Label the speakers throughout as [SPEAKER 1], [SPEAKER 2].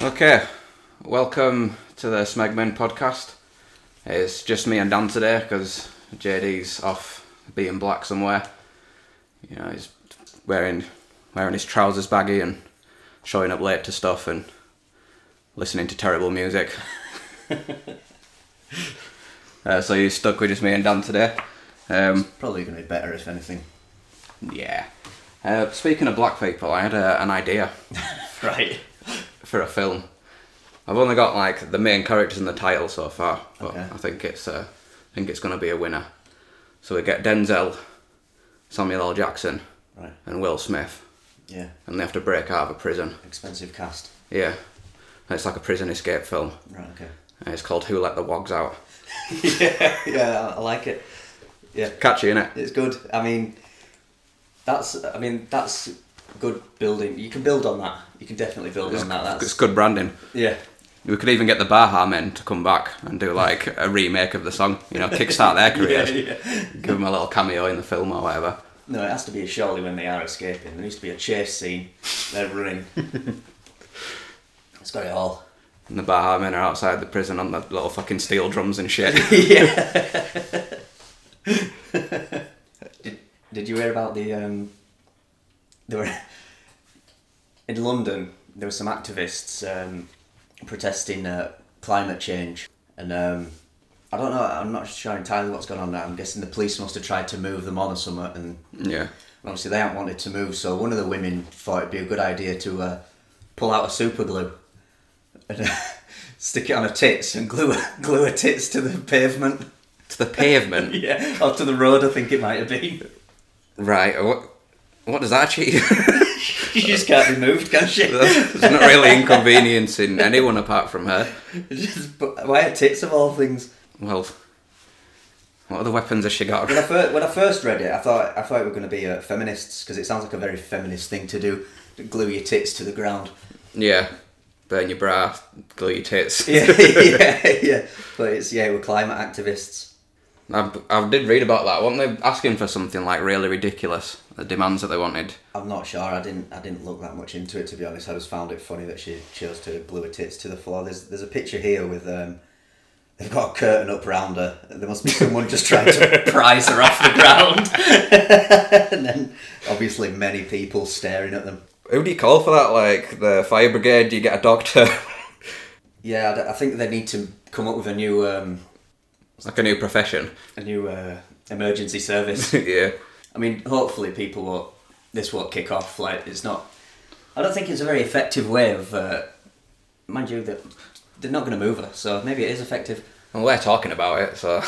[SPEAKER 1] Okay, welcome to the Smegman podcast. It's just me and Dan today because JD's off being black somewhere. You know, he's wearing wearing his trousers baggy and showing up late to stuff and listening to terrible music. uh, so you're stuck with just me and Dan today. Um,
[SPEAKER 2] Probably going to be better if anything.
[SPEAKER 1] yeah. Uh, speaking of black people, I had a, an idea.
[SPEAKER 2] Right.
[SPEAKER 1] for a film. I've only got like the main characters and the title so far, but
[SPEAKER 2] Okay.
[SPEAKER 1] I think it's uh, I think it's going to be a winner. So we get Denzel, Samuel L. Jackson,
[SPEAKER 2] Right.
[SPEAKER 1] and Will Smith,
[SPEAKER 2] Yeah.
[SPEAKER 1] and they have to break out of a prison.
[SPEAKER 2] Expensive cast.
[SPEAKER 1] Yeah, and it's like a prison escape film.
[SPEAKER 2] Right. Okay.
[SPEAKER 1] And it's called Who Let the Wogs Out.
[SPEAKER 2] yeah. Yeah. I like it. Yeah.
[SPEAKER 1] Catchy, innit?
[SPEAKER 2] It's good. I mean, that's. I mean, that's good building. You can build on that. You can definitely build on that.
[SPEAKER 1] It's
[SPEAKER 2] That's.
[SPEAKER 1] good branding.
[SPEAKER 2] Yeah.
[SPEAKER 1] We could even get the Baha Men to come back and do like a remake of the song. You know, kickstart their
[SPEAKER 2] Yeah,
[SPEAKER 1] careers.
[SPEAKER 2] yeah.
[SPEAKER 1] Give them a little cameo in the film or whatever.
[SPEAKER 2] No, it has to be a surely when they are escaping. There needs to be a chase scene. They're running. it's got it all.
[SPEAKER 1] And the Baha men are outside the prison on the little fucking steel drums and shit.
[SPEAKER 2] yeah. did, did you hear about the um, there were in London there were some activists um, protesting uh, climate change and um, I don't know I'm not sure entirely what's going on there. I'm guessing the police must have tried to move them on or something and
[SPEAKER 1] yeah.
[SPEAKER 2] obviously they haven't wanted to move so one of the women thought it'd be a good idea to uh, pull out a super glue and uh, stick it on her tits and glue glue her tits to the pavement.
[SPEAKER 1] To the pavement.
[SPEAKER 2] Yeah, or to the road, I think it might have been.
[SPEAKER 1] right, what, what does that achieve?
[SPEAKER 2] She just can't be moved, can she?
[SPEAKER 1] There's not really inconveniencing anyone apart from her.
[SPEAKER 2] Just put- Why her tits of all things?
[SPEAKER 1] Well, what other weapons has she got?
[SPEAKER 2] When I, first, when I first read it, I thought I thought we were going to be uh, feminists because it sounds like a very feminist thing to do. to glue your tits to the ground.
[SPEAKER 1] Yeah. Burn your bra, glue your tits.
[SPEAKER 2] Yeah, yeah, yeah. But it's yeah, we're climate activists.
[SPEAKER 1] I, I did read about that. Weren't they asking for something like really ridiculous? The demands that they wanted.
[SPEAKER 2] I'm not sure. I didn't. I didn't look that much into it to be honest. I just found it funny that she chose to glue her tits to the floor. There's there's a picture here with um, they've got a curtain up round her. There must be someone just trying to prise her off the ground. and then obviously many people staring at them.
[SPEAKER 1] Who do you call for that? Like the fire brigade? Do you get a doctor?
[SPEAKER 2] Yeah, I d- I, think they need to come up with a new um,
[SPEAKER 1] like a new profession.
[SPEAKER 2] a new uh, emergency service.
[SPEAKER 1] yeah.
[SPEAKER 2] I mean, hopefully people will. This will kick off. Like it's not. I don't think it's a very effective way of. Uh, mind you, that they're not going to move her, so maybe it is effective.
[SPEAKER 1] Well, we're talking about it, so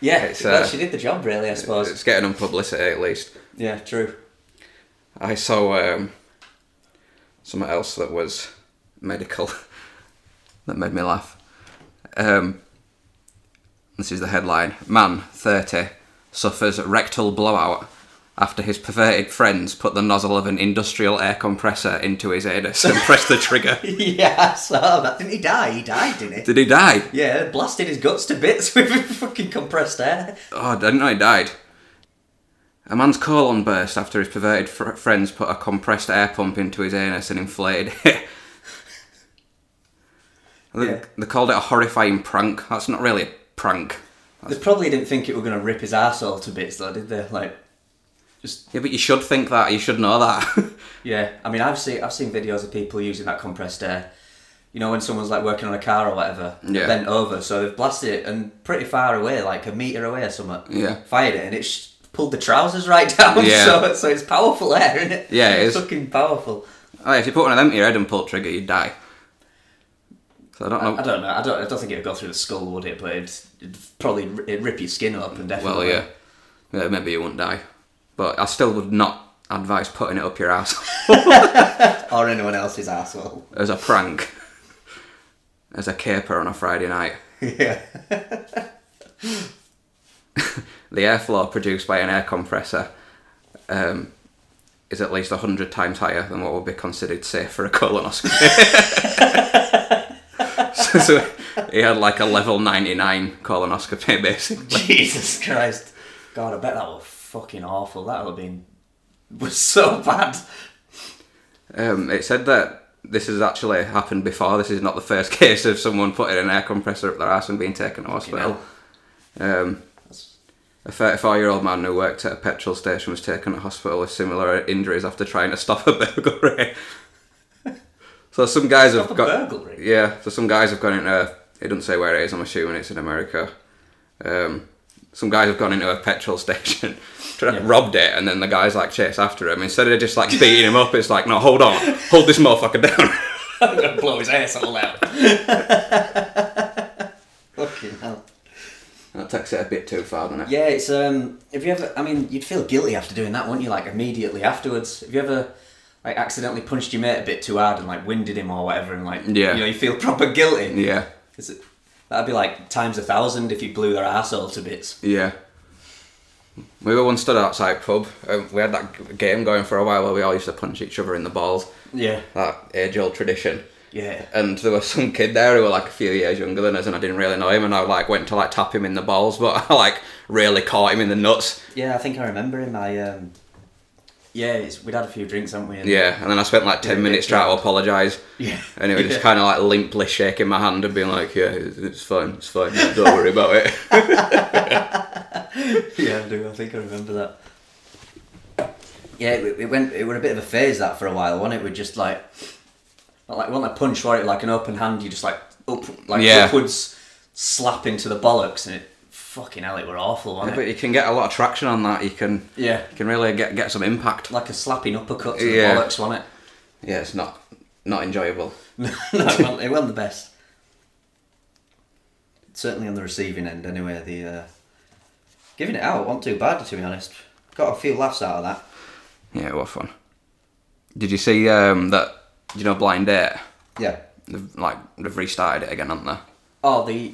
[SPEAKER 2] Yeah,
[SPEAKER 1] It's,
[SPEAKER 2] well,
[SPEAKER 1] uh,
[SPEAKER 2] she did the job, really. I suppose.
[SPEAKER 1] it's getting on publicity at least.
[SPEAKER 2] yeah, true.
[SPEAKER 1] I saw um, something else that was medical that made me laugh. Um, this is the headline: Man, thirty, suffers rectal blowout after his perverted friends put the nozzle of an industrial air compressor into his anus and pressed the trigger.
[SPEAKER 2] yeah, I saw that. Didn't he die? He died, didn't he?
[SPEAKER 1] Did he die?
[SPEAKER 2] Yeah, blasted his guts to bits with fucking compressed air.
[SPEAKER 1] Oh, I didn't know he died. A man's colon burst after his perverted fr- friends put a compressed air pump into his anus and inflated it. I think
[SPEAKER 2] Yeah.
[SPEAKER 1] They called it a horrifying prank. That's not really a prank.
[SPEAKER 2] They probably didn't think it were going to rip his arsehole to bits, though, did they? Like, just
[SPEAKER 1] Yeah, but you should think that. You should know that.
[SPEAKER 2] Yeah, I mean, I've seen I've seen videos of people using that compressed air. You know, when someone's like working on a car or whatever,
[SPEAKER 1] Yeah.
[SPEAKER 2] bent over, so they've blasted it and pretty far away, like a meter away or something.
[SPEAKER 1] Yeah.
[SPEAKER 2] fired it and it's pulled the trousers right down.
[SPEAKER 1] Yeah.
[SPEAKER 2] so, so it's powerful air, isn't it?
[SPEAKER 1] Yeah, it
[SPEAKER 2] it's
[SPEAKER 1] is.
[SPEAKER 2] fucking powerful.
[SPEAKER 1] oh, if you put one of them to your head and pull the trigger, you'd die. So I don't know.
[SPEAKER 2] I don't know. I don't. I don't think it'd go through the skull, would it? But it'd, it'd probably ri- it'd rip your skin up
[SPEAKER 1] well,
[SPEAKER 2] and definitely.
[SPEAKER 1] yeah. yeah. Maybe you won't die. But I still would not advise putting it up your ass.
[SPEAKER 2] Or anyone else's asshole.
[SPEAKER 1] as a prank, as a caper on a Friday night.
[SPEAKER 2] yeah.
[SPEAKER 1] The airflow produced by an air compressor um, is at least 100 times higher than what would be considered safe for a colonoscopy. so, so he had like a level 99 colonoscopy, basically.
[SPEAKER 2] Jesus Christ. God, I bet that was fucking awful. That would have been was so bad.
[SPEAKER 1] Um, it said that this has actually happened before. This is not the first case of someone putting an air compressor up their ass and being taken to hospital. Um,
[SPEAKER 2] That's-
[SPEAKER 1] a 34 year old man who worked at a petrol station was taken to hospital with similar injuries after trying to stop a burglary. so some guys
[SPEAKER 2] Stop
[SPEAKER 1] have
[SPEAKER 2] a
[SPEAKER 1] got.
[SPEAKER 2] burglary?
[SPEAKER 1] Yeah, so some guys have gone into. It doesn't say where it is, I'm assuming it's in America. Um, some guys have gone into a petrol station, tried
[SPEAKER 2] Yeah.
[SPEAKER 1] to robbed it, and then the guys like chase after him. Instead of just like beating him up, it's like, no, hold on, hold this motherfucker down.
[SPEAKER 2] I'm gonna blow his asshole out. Fucking hell.
[SPEAKER 1] That takes it a bit too far, doesn't it?
[SPEAKER 2] Yeah, it's um. Have you ever? I mean, you'd feel guilty after doing that, wouldn't you? Like immediately afterwards. Have you ever, like, accidentally punched your mate a bit too hard and like winded him or whatever, and like,
[SPEAKER 1] Yeah.
[SPEAKER 2] you know, you feel proper guilty.
[SPEAKER 1] Yeah,
[SPEAKER 2] Is it- that'd be like times a thousand if you blew their asshole to bits.
[SPEAKER 1] yeah. We were once stood outside pub. Um, we had that g- game going for a while where we all used to punch each other in the balls.
[SPEAKER 2] Yeah.
[SPEAKER 1] That age-old tradition.
[SPEAKER 2] Yeah.
[SPEAKER 1] And there was some kid there who were like a few years younger than us, and I didn't really know him. And I like went to like tap him in the balls, but I like really caught him in the nuts.
[SPEAKER 2] Yeah, I think I remember him. I um. Yeah, it's, we'd had a few drinks, haven't we? And-
[SPEAKER 1] Yeah. And then I spent like ten
[SPEAKER 2] Yeah,
[SPEAKER 1] minutes
[SPEAKER 2] yeah.
[SPEAKER 1] trying to apologise.
[SPEAKER 2] Yeah.
[SPEAKER 1] And he was just kind of like limply shaking my hand and being like, "Yeah, it's it's fine, it's fine. Don't worry about it."
[SPEAKER 2] yeah, I do. I think I remember that. Yeah, it, it went. It were a bit of a phase that for a while, wasn't it? We're just like, not like, wasn't a punch, was it? Like an open hand, you just like up, like
[SPEAKER 1] Yeah.
[SPEAKER 2] upwards slap into the bollocks, and it fucking hell, it were awful, wasn't
[SPEAKER 1] But
[SPEAKER 2] it?
[SPEAKER 1] you can get a lot of traction on that. You can,
[SPEAKER 2] Yeah,
[SPEAKER 1] you can really get get some impact.
[SPEAKER 2] like a slapping uppercut to the
[SPEAKER 1] Yeah.
[SPEAKER 2] bollocks, wasn't it?
[SPEAKER 1] Yeah, it's not not enjoyable.
[SPEAKER 2] no, it wasn't, it wasn't the best. Certainly on the receiving end, anyway. The uh, giving it out wasn't too bad, to be honest. Got a few laughs out of that.
[SPEAKER 1] Yeah, it was fun. Did you see um, that? You know, Blind Date.
[SPEAKER 2] Yeah.
[SPEAKER 1] They've, like they've restarted it again, haven't they?
[SPEAKER 2] Oh, the.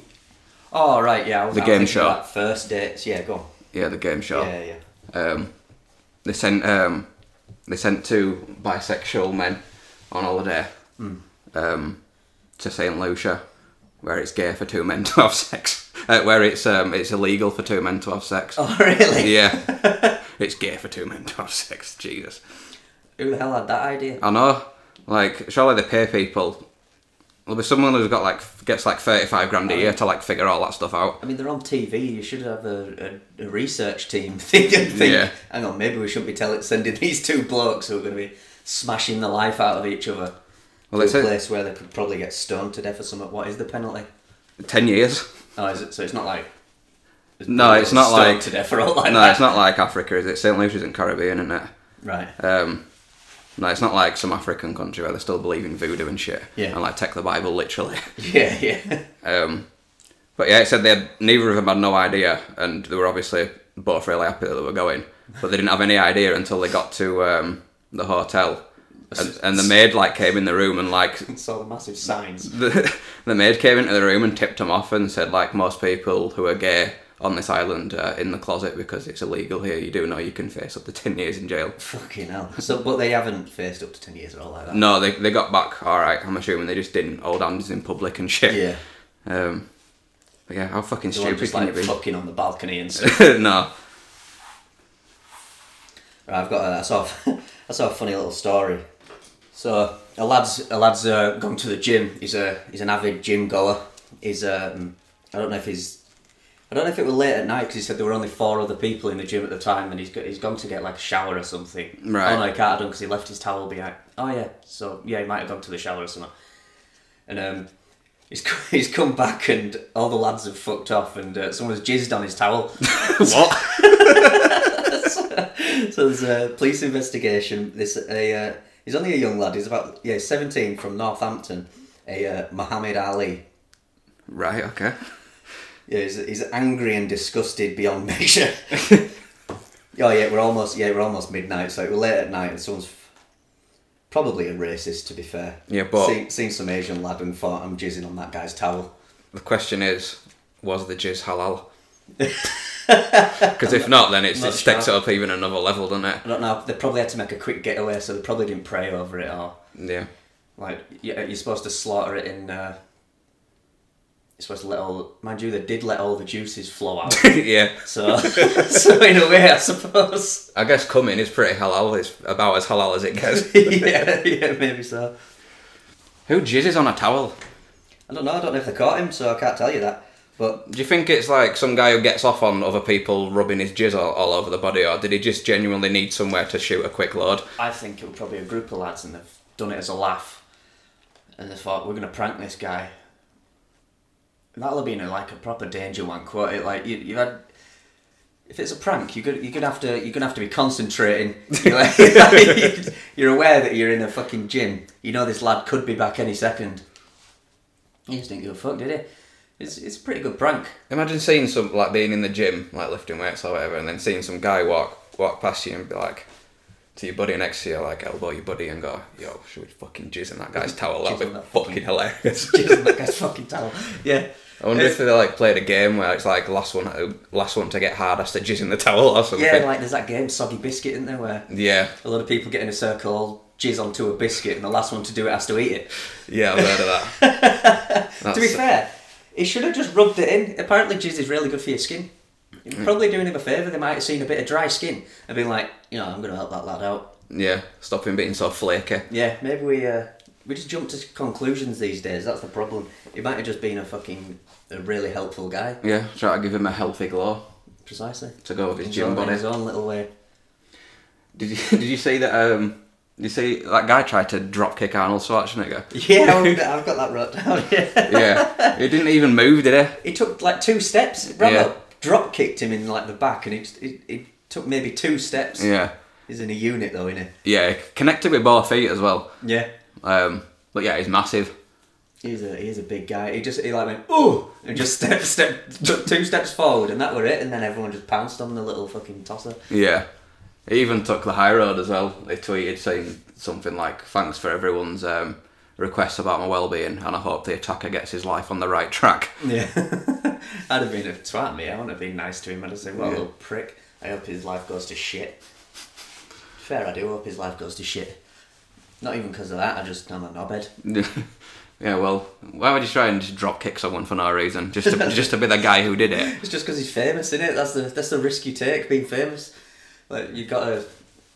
[SPEAKER 2] Oh, right, yeah. I was,
[SPEAKER 1] The
[SPEAKER 2] I was
[SPEAKER 1] game
[SPEAKER 2] thinking
[SPEAKER 1] show. Oh.
[SPEAKER 2] about First dates, yeah, go on.
[SPEAKER 1] Yeah, the game show.
[SPEAKER 2] Yeah, yeah.
[SPEAKER 1] Um, they sent um, they sent two bisexual men on holiday
[SPEAKER 2] Hmm.
[SPEAKER 1] um, to Saint Lucia, where it's gay for two men to have sex. Uh, where it's um, it's illegal for two men to have sex.
[SPEAKER 2] Oh, really?
[SPEAKER 1] Yeah, it's gay for two men to have sex. Jesus.
[SPEAKER 2] Who the hell had that idea?
[SPEAKER 1] I know. Like, surely they pay people. There'll be someone who's got like f- gets like thirty-five grand a year to like figure all that stuff out.
[SPEAKER 2] I mean, they're on TV. You should have a, a, a research team think and think.
[SPEAKER 1] Yeah.
[SPEAKER 2] Hang on, maybe we shouldn't be telling sending these two blokes who are going to be smashing the life out of each other
[SPEAKER 1] Well,
[SPEAKER 2] to
[SPEAKER 1] it's
[SPEAKER 2] a
[SPEAKER 1] a-
[SPEAKER 2] place where they could probably get stoned to death or something. What is the penalty?
[SPEAKER 1] Ten years.
[SPEAKER 2] Oh, is it? So it's not like.
[SPEAKER 1] No, it's not
[SPEAKER 2] stoned
[SPEAKER 1] like-
[SPEAKER 2] to death or all like
[SPEAKER 1] No,
[SPEAKER 2] that.
[SPEAKER 1] it's not like Africa, is it? Saint Lucia's in Caribbean, isn't it?
[SPEAKER 2] Right.
[SPEAKER 1] Um, no, it's not like some African country where they still believe in voodoo and shit.
[SPEAKER 2] Yeah.
[SPEAKER 1] And like take the Bible literally.
[SPEAKER 2] Yeah, yeah.
[SPEAKER 1] Um, but yeah, it said they had, neither of them had no idea, and they were obviously both really happy that they were going, but they didn't have any idea until they got to um, the hotel, and, and the maid like came in the room and like
[SPEAKER 2] Saw the massive signs.
[SPEAKER 1] the, the maid came into the room and tipped them off and said like most people who are gay on this island are in the closet because it's illegal here. You do know you can face up to ten years in jail.
[SPEAKER 2] Fucking hell. So, but they haven't faced up to 10 years or all like that.
[SPEAKER 1] No, they they got back all right. I'm assuming they just didn't hold hands in public and shit.
[SPEAKER 2] Yeah.
[SPEAKER 1] Um. But yeah, how fucking
[SPEAKER 2] The one
[SPEAKER 1] stupid
[SPEAKER 2] just
[SPEAKER 1] can
[SPEAKER 2] like
[SPEAKER 1] you
[SPEAKER 2] fucking on the balcony and stuff.
[SPEAKER 1] be? no.
[SPEAKER 2] right, I've got. A, I saw. A, I saw a funny little story. So a lad's a lad's uh, gone to the gym. He's a he's an avid gym goer. He's um I don't know if he's I don't know if it was late at night because he said there were only four other people in the gym at the time, and he's got, he's gone to get like a shower or something.
[SPEAKER 1] Right.
[SPEAKER 2] Oh no, he can't have done because he left his towel behind. Oh yeah, so yeah, he might have gone to the shower or something. And um, he's co- he's come back and all the lads have fucked off, and uh, someone's jizzed on his towel.
[SPEAKER 1] What?
[SPEAKER 2] So there's a police investigation. This a uh, he's only a young lad. He's about yeah, seventeen from Northampton. A uh, Muhammad Ali.
[SPEAKER 1] Right, okay.
[SPEAKER 2] Yeah, he's, he's angry and disgusted beyond measure. oh yeah, we're almost yeah we're almost midnight. So we're late at night, and someone's f- probably a racist. To be fair,
[SPEAKER 1] Yeah, but-
[SPEAKER 2] seen, seen some Asian lad and thought I'm jizzing on that guy's towel.
[SPEAKER 1] The question is, was the jizz halal? Because if not, then it's, it
[SPEAKER 2] Not
[SPEAKER 1] sticks
[SPEAKER 2] sure.
[SPEAKER 1] it up even another level, doesn't it?
[SPEAKER 2] I don't know. They probably had to make a quick getaway, so they probably didn't pray over it or
[SPEAKER 1] Yeah.
[SPEAKER 2] Like yeah, you're supposed to slaughter it in. Uh, you're supposed to let all, mind you, they did let all the juices flow out.
[SPEAKER 1] yeah.
[SPEAKER 2] so, so in a way, I suppose.
[SPEAKER 1] I guess coming is pretty halal. It's about as halal as it gets.
[SPEAKER 2] yeah, yeah, maybe so.
[SPEAKER 1] Who jizzes on a towel?
[SPEAKER 2] I don't know. I don't know if they caught him, so I can't tell you that. But
[SPEAKER 1] Do you think it's like some guy who gets off on other people rubbing his jizz all, all over the body, or did he just genuinely need somewhere to shoot a quick load?
[SPEAKER 2] I think it was probably a group of lads, and they've done it as a laugh, and they thought we're gonna prank this guy. That'll have been a, like a proper danger wank, won't it? Like you, you had. If it's a prank, you're gonna, you're gonna have to you're gonna have to be concentrating. You're, like- you're aware that you're in a fucking gym. You know this lad could be back any second. He just didn't give a fuck, did he? It's it's a pretty good prank.
[SPEAKER 1] Imagine seeing some like being in the gym, like lifting weights or whatever, and then seeing some guy walk walk past you and be like to your buddy next to you, like elbow your buddy and go, "Yo, should we fucking jizz in that guy's towel? That'd
[SPEAKER 2] Jizz in
[SPEAKER 1] be
[SPEAKER 2] that
[SPEAKER 1] fucking hilarious."
[SPEAKER 2] Jeez, that guy's fucking towel. Yeah.
[SPEAKER 1] I wonder if they like played a game where it's like last one last one to get hard has to jizz in the towel or something.
[SPEAKER 2] Yeah, like there's that game Soggy Biscuit, isn't there, where
[SPEAKER 1] yeah,
[SPEAKER 2] a lot of people get in a circle, all jizz onto a biscuit, and the last one to do it has to eat it.
[SPEAKER 1] yeah, I've heard of that.
[SPEAKER 2] to be
[SPEAKER 1] That's-
[SPEAKER 2] fair, he should have just rubbed it in. Apparently, jizz is really good for your skin. It was Probably doing him a favour, they might have seen a bit of dry skin and been like, you know, I'm going to help that lad out.
[SPEAKER 1] Yeah, stop him being so flaky.
[SPEAKER 2] Yeah, maybe we uh, we just jump to conclusions these days. That's the problem. He might have just been a fucking a really helpful guy.
[SPEAKER 1] Yeah, try to give him a healthy glow
[SPEAKER 2] Precisely.
[SPEAKER 1] to go with his
[SPEAKER 2] In
[SPEAKER 1] gym
[SPEAKER 2] own- in
[SPEAKER 1] body.
[SPEAKER 2] his own little way.
[SPEAKER 1] Did you did you see that? Um, did you see that guy tried to drop kick Arnold Schwarzenegger?
[SPEAKER 2] Yeah, I've I've got that wrote down. Yeah.
[SPEAKER 1] yeah, he didn't even move, did he?
[SPEAKER 2] He took like two steps. Rambo
[SPEAKER 1] Yeah.
[SPEAKER 2] drop kicked him in like the back, and it it, it took maybe two steps.
[SPEAKER 1] Yeah,
[SPEAKER 2] He's in a unit though, isn't
[SPEAKER 1] yeah, connected with both feet as well.
[SPEAKER 2] he? Yeah.
[SPEAKER 1] Um, but yeah, he's massive.
[SPEAKER 2] He's a he's a big guy. He just he like went ooh and just step step took two steps forward, and that were it. And then everyone just pounced on the little fucking tosser.
[SPEAKER 1] Yeah, he even took the high road as well. He tweeted saying something like, "Thanks for everyone's um, requests about my well-being, and I hope the attacker gets his life on the right track."
[SPEAKER 2] Yeah. I'd have been a twat me. I wouldn't have been nice to him. I'd have said, "What a
[SPEAKER 1] Yeah.
[SPEAKER 2] little prick." I hope his life goes to shit. Fair, I do hope his life goes to shit. Not even because of that. I just I'm a knobhead.
[SPEAKER 1] yeah, well, why would you try and just drop kick someone for no reason, just to, just to be the guy who did it?
[SPEAKER 2] It's just because he's famous, isn't it? That's the that's the risk you take being famous. Like you've got to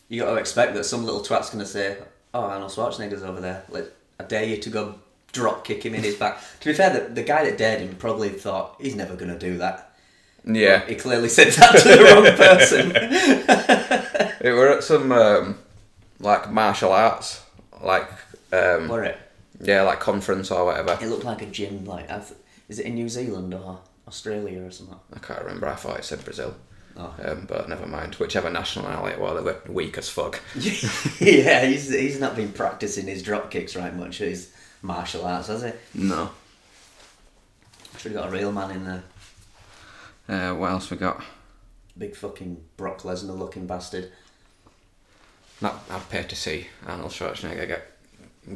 [SPEAKER 2] you got to expect that some little twat's gonna say, "Oh, Arnold Schwarzenegger's over there." Like I dare you to go drop kick him in his back. to be fair, the, the guy that dared him probably thought he's never gonna do that.
[SPEAKER 1] Yeah,
[SPEAKER 2] He clearly said that to the wrong person.
[SPEAKER 1] it were at some um, like martial arts, like um,
[SPEAKER 2] Were it?
[SPEAKER 1] yeah, like conference or whatever.
[SPEAKER 2] It looked like a gym. Like I've, is it in New Zealand or Australia or something?
[SPEAKER 1] I can't remember. I thought it said Brazil.
[SPEAKER 2] Oh.
[SPEAKER 1] Um, but never mind. Whichever nationality it was, they were weak as fuck.
[SPEAKER 2] yeah, he's he's not been practicing his drop kicks right much. His martial arts, has he?
[SPEAKER 1] No.
[SPEAKER 2] Should have got a real man in there.
[SPEAKER 1] Uh, what else we got?
[SPEAKER 2] Big fucking Brock Lesnar looking bastard.
[SPEAKER 1] Not, I'd pay to see Arnold Schwarzenegger get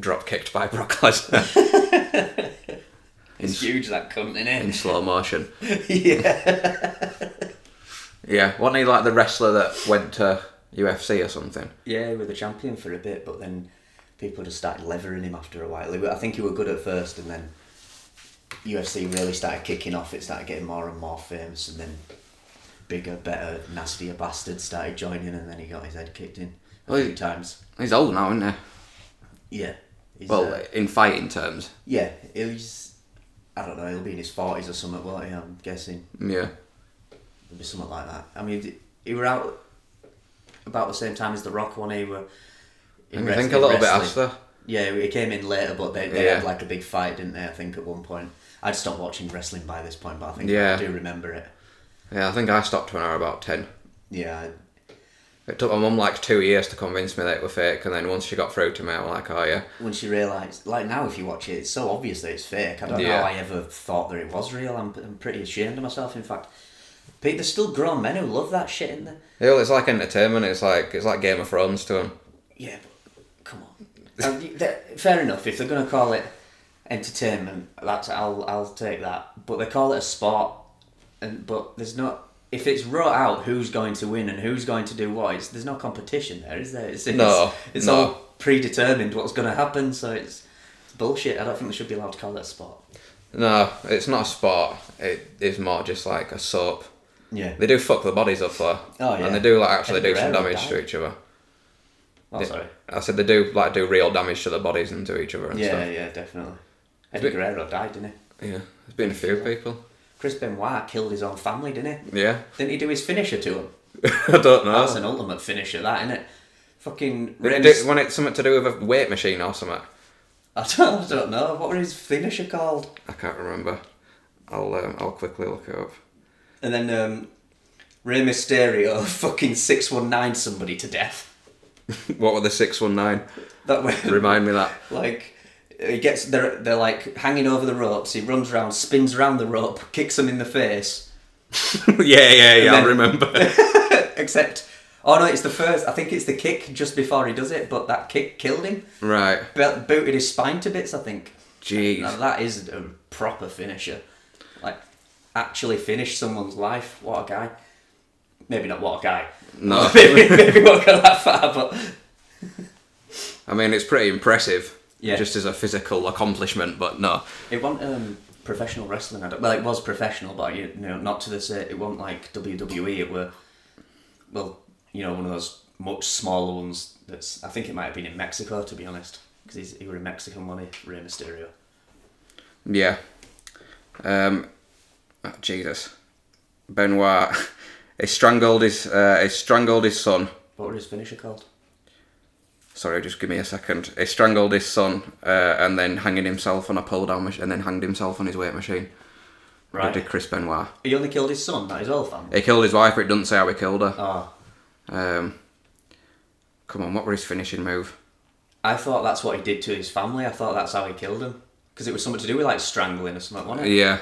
[SPEAKER 1] drop kicked by Brock Lesnar
[SPEAKER 2] It's huge that cunt in
[SPEAKER 1] in
[SPEAKER 2] it.
[SPEAKER 1] slow motion.
[SPEAKER 2] yeah.
[SPEAKER 1] Yeah, wasn't he like the wrestler that went to UFC or something?
[SPEAKER 2] Yeah, he was the champion for a bit, but then people just started levering him after a while. He wa- I think he were good at first and then UFC really started kicking off, it started getting more and more famous and then bigger, better, nastier bastards started joining and then he got his head kicked in a
[SPEAKER 1] Well,
[SPEAKER 2] few
[SPEAKER 1] he-
[SPEAKER 2] times.
[SPEAKER 1] He's old now, isn't he?
[SPEAKER 2] Yeah. He's,
[SPEAKER 1] Well,
[SPEAKER 2] uh,
[SPEAKER 1] in fighting terms.
[SPEAKER 2] yeah, he's I don't know, he'll be in his forties or something, won't he, I'm guessing.
[SPEAKER 1] Yeah.
[SPEAKER 2] It'd be something like that. I mean, th- he were out about the same time as The Rock one. He were. in
[SPEAKER 1] And I
[SPEAKER 2] wrest-
[SPEAKER 1] think
[SPEAKER 2] in
[SPEAKER 1] a little bit
[SPEAKER 2] wrestling.
[SPEAKER 1] after.
[SPEAKER 2] Yeah, he came in later, but they, they had
[SPEAKER 1] Yeah.
[SPEAKER 2] like a big fight, didn't they? I think at one point. I'd stopped watching wrestling by this point, but I think I
[SPEAKER 1] Yeah.
[SPEAKER 2] do remember it.
[SPEAKER 1] Yeah, I think I stopped when I was about 10.
[SPEAKER 2] Yeah,
[SPEAKER 1] It took my mum like two years to convince me that it was fake, and then once she got through to me, I was like, oh yeah.
[SPEAKER 2] once you realise, like now if you watch it, it's so obvious that it's fake. I don't know
[SPEAKER 1] Yeah.
[SPEAKER 2] how I ever thought that it was real. I'm, I'm pretty ashamed of myself, in fact. But there's still grown men who love that shit, isn't there?
[SPEAKER 1] Yeah, well, it's like entertainment. It's like it's like Game of Thrones to him.
[SPEAKER 2] Yeah, but come on. And you- they're- fair enough. If they're going to call it entertainment, that's I'll I'll take that. But they call it a sport, and but there's not. If it's wrought out who's going to win and who's going to do what, it's, there's no competition there, is there? It's, it's,
[SPEAKER 1] No,
[SPEAKER 2] it's
[SPEAKER 1] no.
[SPEAKER 2] all predetermined what's going to happen, so it's bullshit. I don't think they should be allowed to call it a sport.
[SPEAKER 1] No, it's not a sport. It is more just like a soap.
[SPEAKER 2] Yeah.
[SPEAKER 1] They do fuck the bodies up though.
[SPEAKER 2] Oh, yeah.
[SPEAKER 1] And they do like actually
[SPEAKER 2] Eddie
[SPEAKER 1] do some
[SPEAKER 2] Guerrero
[SPEAKER 1] damage
[SPEAKER 2] died.
[SPEAKER 1] to each other.
[SPEAKER 2] Oh,
[SPEAKER 1] Yeah.
[SPEAKER 2] sorry.
[SPEAKER 1] I said they do like do real damage to their bodies and to each other and
[SPEAKER 2] Yeah,
[SPEAKER 1] stuff.
[SPEAKER 2] yeah, definitely. Eddie Guerrero died, didn't he?
[SPEAKER 1] Yeah, there's been a few people.
[SPEAKER 2] Chris Benoit killed his own family, didn't he?
[SPEAKER 1] Yeah,
[SPEAKER 2] Didn't he do his finisher to him?
[SPEAKER 1] I don't know.
[SPEAKER 2] That's an ultimate finisher, that, isn't it? Fucking.
[SPEAKER 1] Did-
[SPEAKER 2] Ren-
[SPEAKER 1] did- when it's something to Oh. do with a weight machine or something,
[SPEAKER 2] I, don't, I don't know. What were his finisher called?
[SPEAKER 1] I can't remember. I'll um, I'll quickly look it up.
[SPEAKER 2] And then um, Rey Mysterio fucking 619 somebody to death.
[SPEAKER 1] what were the six one nine?
[SPEAKER 2] That way.
[SPEAKER 1] Remind me that.
[SPEAKER 2] like he gets they're, they're like hanging over the ropes he runs around spins around the rope kicks them in the face
[SPEAKER 1] yeah, yeah, yeah. I
[SPEAKER 2] then-
[SPEAKER 1] remember.
[SPEAKER 2] except oh no it's the first i think it's the kick just before he does it but that kick killed him
[SPEAKER 1] right.
[SPEAKER 2] Bo- booted his spine to bits i think now
[SPEAKER 1] Jeez.
[SPEAKER 2] that is a proper finisher like actually finish someone's life what a guy maybe not what a guy
[SPEAKER 1] No.
[SPEAKER 2] maybe, maybe won't go that far but
[SPEAKER 1] I mean, it's pretty impressive.
[SPEAKER 2] Yeah.
[SPEAKER 1] Just as a physical accomplishment, but no.
[SPEAKER 2] It wasn't um, professional wrestling. I don't, well, it was professional, but you know, not to this. It wasn't like WWE. It were, well, you know, one of those much smaller ones. That's I think it might have been in Mexico, to be honest, because he were in Mexican money. Rey Mysterio.
[SPEAKER 1] Yeah. Um, oh, Jesus. Benoit. He strangled his. Uh, he strangled his son.
[SPEAKER 2] What were his finisher called?
[SPEAKER 1] Sorry, just give me a second. He strangled his son uh, and then hanging himself on a pull down machine and then hanged himself on his weight machine.
[SPEAKER 2] Right.
[SPEAKER 1] Did Chris Benoit.
[SPEAKER 2] He only killed his son, not his whole family.
[SPEAKER 1] He killed his wife, but it doesn't say how he killed her.
[SPEAKER 2] Oh,
[SPEAKER 1] Um, come on, what were his finishing move?
[SPEAKER 2] I thought that's what he did to his family. I thought that's how he killed him, because it was something to do with like strangling or something, wasn't it?
[SPEAKER 1] Yeah.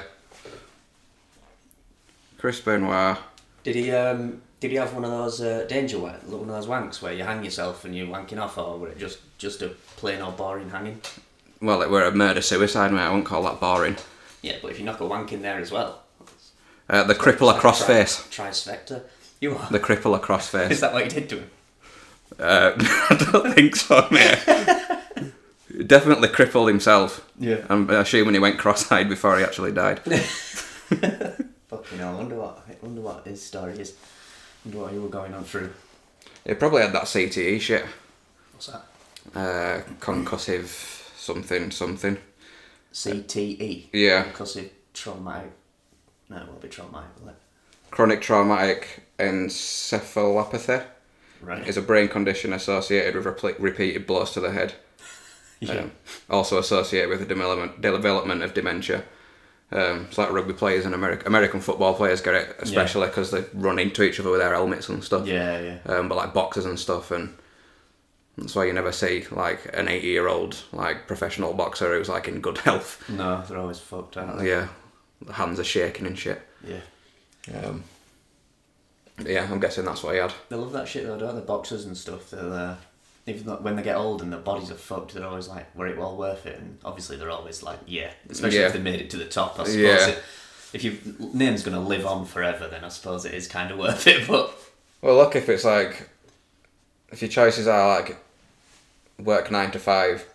[SPEAKER 1] Chris Benoit.
[SPEAKER 2] Did he um did he have one of those uh, danger wa- one of those wanks where you hang yourself and you're wanking off, or were it just just a plain old boring hanging?
[SPEAKER 1] Well, it were a murder suicide, mate. I wouldn't call that boring.
[SPEAKER 2] Yeah, but if you knock a wank in there as well,
[SPEAKER 1] Uh, the cripple across
[SPEAKER 2] tri-
[SPEAKER 1] face.
[SPEAKER 2] Trifecta. You are.
[SPEAKER 1] The cripple across face.
[SPEAKER 2] Is that what you did to him?
[SPEAKER 1] Uh, I don't think so, mate. Definitely crippled himself.
[SPEAKER 2] Yeah.
[SPEAKER 1] I'm assuming he went cross-eyed before he actually died.
[SPEAKER 2] Fucking hell! I wonder what I wonder what his story is. I wonder what you were going on through.
[SPEAKER 1] he probably had that CTE shit.
[SPEAKER 2] What's that?
[SPEAKER 1] Uh, concussive something something.
[SPEAKER 2] CTE.
[SPEAKER 1] Yeah.
[SPEAKER 2] Concussive E. traumatic. No, it won't be traumatic, will it?
[SPEAKER 1] Chronic traumatic encephalopathy
[SPEAKER 2] Right.
[SPEAKER 1] is a brain condition associated with repli repeated blows to the head.
[SPEAKER 2] yeah.
[SPEAKER 1] um, also associated with the development, development of dementia. Um, it's like rugby players and American American football players get it, especially because they run into each other with their helmets and stuff.
[SPEAKER 2] yeah. Yeah.
[SPEAKER 1] Um, but like boxers and stuff, and that's why you never see like an eighty-year-old like professional boxer who's like in good health.
[SPEAKER 2] No, they're always fucked, aren't they?
[SPEAKER 1] Oh, Yeah, the hands are shaking and shit.
[SPEAKER 2] Yeah.
[SPEAKER 1] Um, yeah, I'm guessing that's what he had.
[SPEAKER 2] They love that shit though, don't they? Boxers and stuff. They'll, uh, even though, when they get old and their bodies are fucked, they're always like, "Were it well worth it?" And obviously, they're always like, "Yeah," especially
[SPEAKER 1] Yeah.
[SPEAKER 2] if they made it to the top. I suppose
[SPEAKER 1] Yeah.
[SPEAKER 2] it, if your name's gonna live on forever, then I suppose it is kind of worth it. But
[SPEAKER 1] Well, look, if it's like, if your choices are like, work nine to five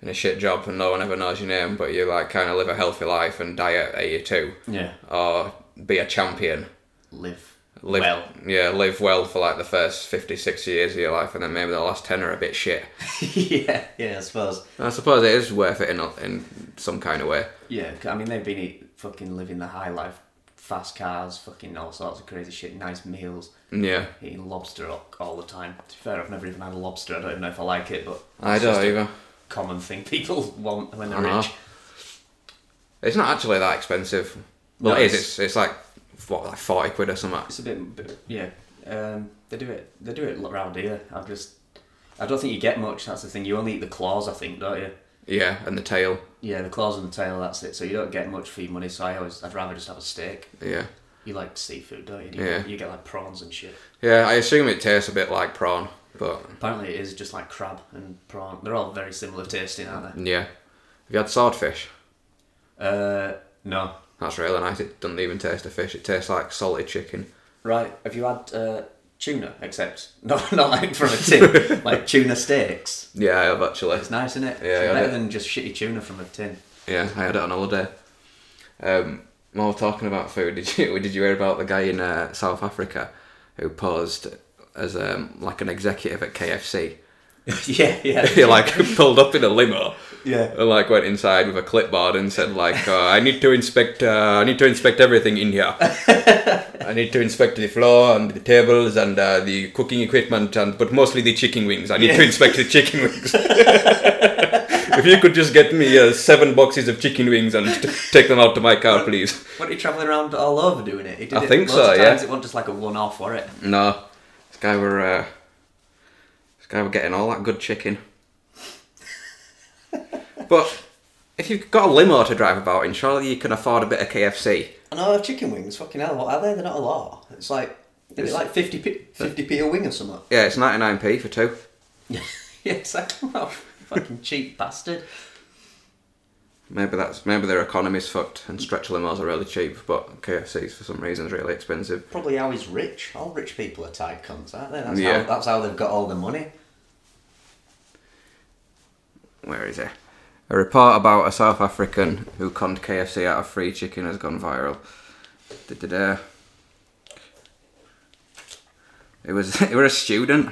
[SPEAKER 1] in a shit job and no one ever knows your name, but you like kind of live a healthy life and die at 82,
[SPEAKER 2] yeah,
[SPEAKER 1] or be a champion.
[SPEAKER 2] live,
[SPEAKER 1] Live,
[SPEAKER 2] well.
[SPEAKER 1] Yeah, live well for like the first 50, 60 years of your life, and then maybe the last 10 are a bit shit.
[SPEAKER 2] yeah, yeah, I suppose.
[SPEAKER 1] I suppose it is worth it in, a- in some kind of way.
[SPEAKER 2] Yeah, 'cause, I mean, they've been eat, fucking living the high life, fast cars, fucking all sorts of crazy shit, nice meals,
[SPEAKER 1] Yeah.
[SPEAKER 2] eating lobster all, all the time. To be fair, I've never even had a lobster. I don't even know if I like it, but
[SPEAKER 1] I
[SPEAKER 2] it's just
[SPEAKER 1] don't Uh-huh.
[SPEAKER 2] a
[SPEAKER 1] either.
[SPEAKER 2] common thing people want when they're
[SPEAKER 1] I know.
[SPEAKER 2] rich.
[SPEAKER 1] It's not actually that expensive. Well,
[SPEAKER 2] No,
[SPEAKER 1] it is.
[SPEAKER 2] it's-
[SPEAKER 1] It's, it's like, what, like 40 quid or something.
[SPEAKER 2] It's a bit, bit yeah. Um, they do it. They do it around here. I just, I don't think you get much. That's the thing. You only eat the claws, I think, don't you?
[SPEAKER 1] Yeah, and the tail.
[SPEAKER 2] Yeah, the claws and the tail. That's it. So you don't get much for your money. So I always, I'd rather just have a steak.
[SPEAKER 1] Yeah.
[SPEAKER 2] You like seafood, don't you? you
[SPEAKER 1] Yeah.
[SPEAKER 2] You get like prawns and shit.
[SPEAKER 1] Yeah, I assume it tastes a bit like prawn, but
[SPEAKER 2] Apparently, it is just like crab and prawn. They're all very similar tasting, aren't
[SPEAKER 1] yeah. Have you had swordfish?
[SPEAKER 2] they? Uh, no.
[SPEAKER 1] That's really nice. It doesn't even taste of fish. It tastes like salted chicken.
[SPEAKER 2] Right. Have you had uh, tuna? Except not not like from a tin, like tuna steaks.
[SPEAKER 1] Yeah, I have actually.
[SPEAKER 2] It's nice, isn't it?
[SPEAKER 1] Yeah,
[SPEAKER 2] it's
[SPEAKER 1] yeah,
[SPEAKER 2] better
[SPEAKER 1] yeah.
[SPEAKER 2] than just shitty tuna from a tin.
[SPEAKER 1] Yeah, I had it on holiday. Um, while we're talking about food, did you did you hear about the guy in uh, South Africa who posed as um, like an executive at KFC.
[SPEAKER 2] yeah, yeah.
[SPEAKER 1] he like pulled up in a limo
[SPEAKER 2] Yeah.
[SPEAKER 1] and like went inside with a clipboard and said like uh, I need to inspect uh, I need to inspect everything in here. I need to inspect the floor and the tables and uh, the cooking equipment and but mostly the chicken wings. I need to
[SPEAKER 2] Yeah.
[SPEAKER 1] inspect the chicken wings. if you could just get me uh, seven boxes of chicken wings and t- take them out to my car, please.
[SPEAKER 2] What he travelling around all over doing it? He did
[SPEAKER 1] I
[SPEAKER 2] it
[SPEAKER 1] think
[SPEAKER 2] loads
[SPEAKER 1] so,
[SPEAKER 2] Of
[SPEAKER 1] yeah.
[SPEAKER 2] times. It wasn't just like a one-off, were it?
[SPEAKER 1] No, this guy were uh, this guy were getting all that good chicken. but if you've got a limo to drive about in, surely you can afford a bit of KFC.
[SPEAKER 2] I know chicken wings. Fucking hell, what are they? They're not a lot. It's like
[SPEAKER 1] It's-
[SPEAKER 2] is it like 50 p, 50 p a wing or something.
[SPEAKER 1] Yeah, it's ninety nine p for two.
[SPEAKER 2] yeah, exactly. What a fucking cheap bastard.
[SPEAKER 1] Maybe that's maybe their economy's fucked and stretch limos are really cheap, but KFC's for some reason is really expensive.
[SPEAKER 2] Probably how he's rich. All rich people are tight cunts, aren't they? That's,
[SPEAKER 1] Yeah.
[SPEAKER 2] how, that's how they've got all the money.
[SPEAKER 1] Where is it? A report about a South African who conned KFC out of free chicken has gone viral. Da-da-da. It was it were a student.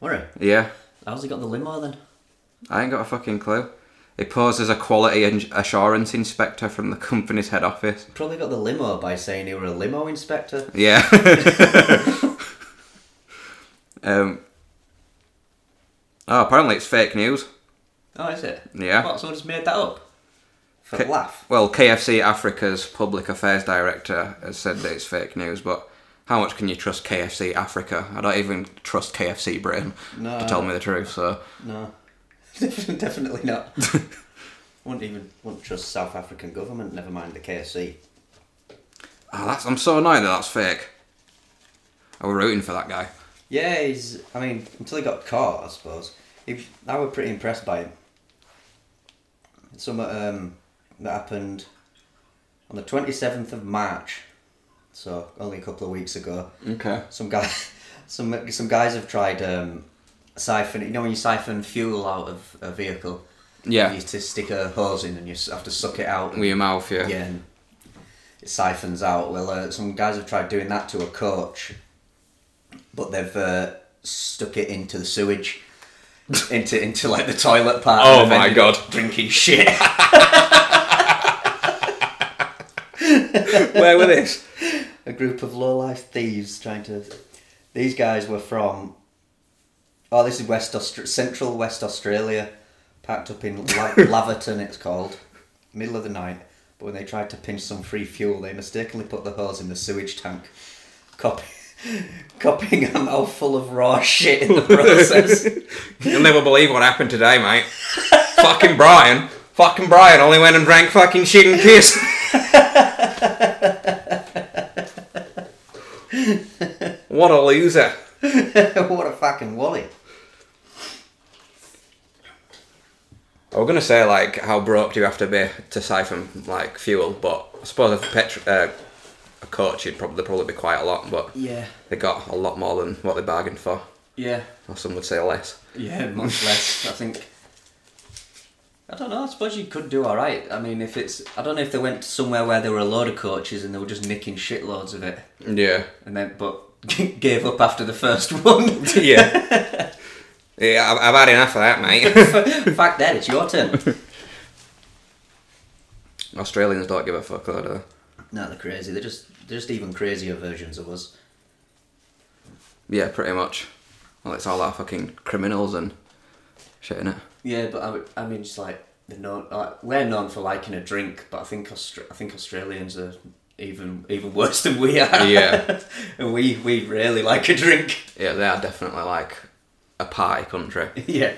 [SPEAKER 2] Were he?
[SPEAKER 1] Yeah,
[SPEAKER 2] How's he got the limo then?
[SPEAKER 1] I ain't got a fucking clue. He posed as a quality ins- assurance inspector from the company's head office.
[SPEAKER 2] Probably got the limo by saying he were a limo inspector.
[SPEAKER 1] Yeah. um. Oh, apparently it's fake news.
[SPEAKER 2] Oh, is it?
[SPEAKER 1] Yeah.
[SPEAKER 2] What, someone just made that up? For
[SPEAKER 1] K-
[SPEAKER 2] a laugh.
[SPEAKER 1] Well, KFC Africa's public affairs director has said that it's fake news, but how much can you trust KFC Africa? I don't even trust KFC Britain to
[SPEAKER 2] No.
[SPEAKER 1] tell me the truth. So
[SPEAKER 2] No. Definitely not. wouldn't even wouldn't trust South African government, never mind the KFC.
[SPEAKER 1] oh, that's I'm so annoyed that that's fake. I was rooting for that guy.
[SPEAKER 2] Yeah, he's. I mean, until he got caught, I suppose. He, I was pretty impressed by him. Something um, that happened on the twenty seventh of March, so only a couple of weeks ago.
[SPEAKER 1] Okay.
[SPEAKER 2] Some guy, some some guys have tried um, siphon. You know when you siphon fuel out of a vehicle.
[SPEAKER 1] Yeah.
[SPEAKER 2] You just stick a hose in and you s- have to suck it out.
[SPEAKER 1] With your mouth, yeah.
[SPEAKER 2] Yeah, and it siphons out. Well, uh, some guys have tried doing that to a coach, but they've uh, stuck it into the sewage, into into like the toilet part.
[SPEAKER 1] Oh
[SPEAKER 2] and they've
[SPEAKER 1] my
[SPEAKER 2] ended up
[SPEAKER 1] God.
[SPEAKER 2] Drinking shit.
[SPEAKER 1] Where were this?
[SPEAKER 2] a group of low-life thieves trying to. These guys were from. Oh, this is West Austra- Central West Australia, packed up in La- Laverton. It's called, middle of the night. But when they tried to pinch some free fuel, they mistakenly put the hose in the sewage tank, copy- copying a mouthful of raw shit in the process.
[SPEAKER 1] You'll never believe what happened today, mate. fucking Brian. Fucking Brian only went and drank fucking shit and piss. what a loser.
[SPEAKER 2] what a fucking wally!
[SPEAKER 1] I was gonna say like how broke do you have to be to siphon like fuel, but I suppose if petr- uh, a coach you'd probably probably be quite a lot, but
[SPEAKER 2] Yeah,
[SPEAKER 1] they got a lot more than what they bargained for,
[SPEAKER 2] yeah.
[SPEAKER 1] or some would say less.
[SPEAKER 2] Yeah, much less. I think. I don't know. I suppose you could do all right. I mean, if it's, I don't know if they went somewhere where there were a load of coaches and they were just nicking shitloads of it,
[SPEAKER 1] Yeah.
[SPEAKER 2] and then but gave up after the first one.
[SPEAKER 1] Yeah. yeah, I've, I've had enough of that, mate.
[SPEAKER 2] Fact, that it's your turn.
[SPEAKER 1] Australians don't give a fuck though, do they?
[SPEAKER 2] no, they're crazy. They're just, they're just even crazier versions of us.
[SPEAKER 1] Yeah, pretty much. Well, it's all our fucking criminals and shit in it.
[SPEAKER 2] Yeah, but I, would- I mean, just like the known, like, we're known for liking a drink, but I think Austra- I think Australians are even even worse than we are.
[SPEAKER 1] Yeah.
[SPEAKER 2] and we we really like a drink.
[SPEAKER 1] Yeah, they are definitely like a party country.
[SPEAKER 2] yeah.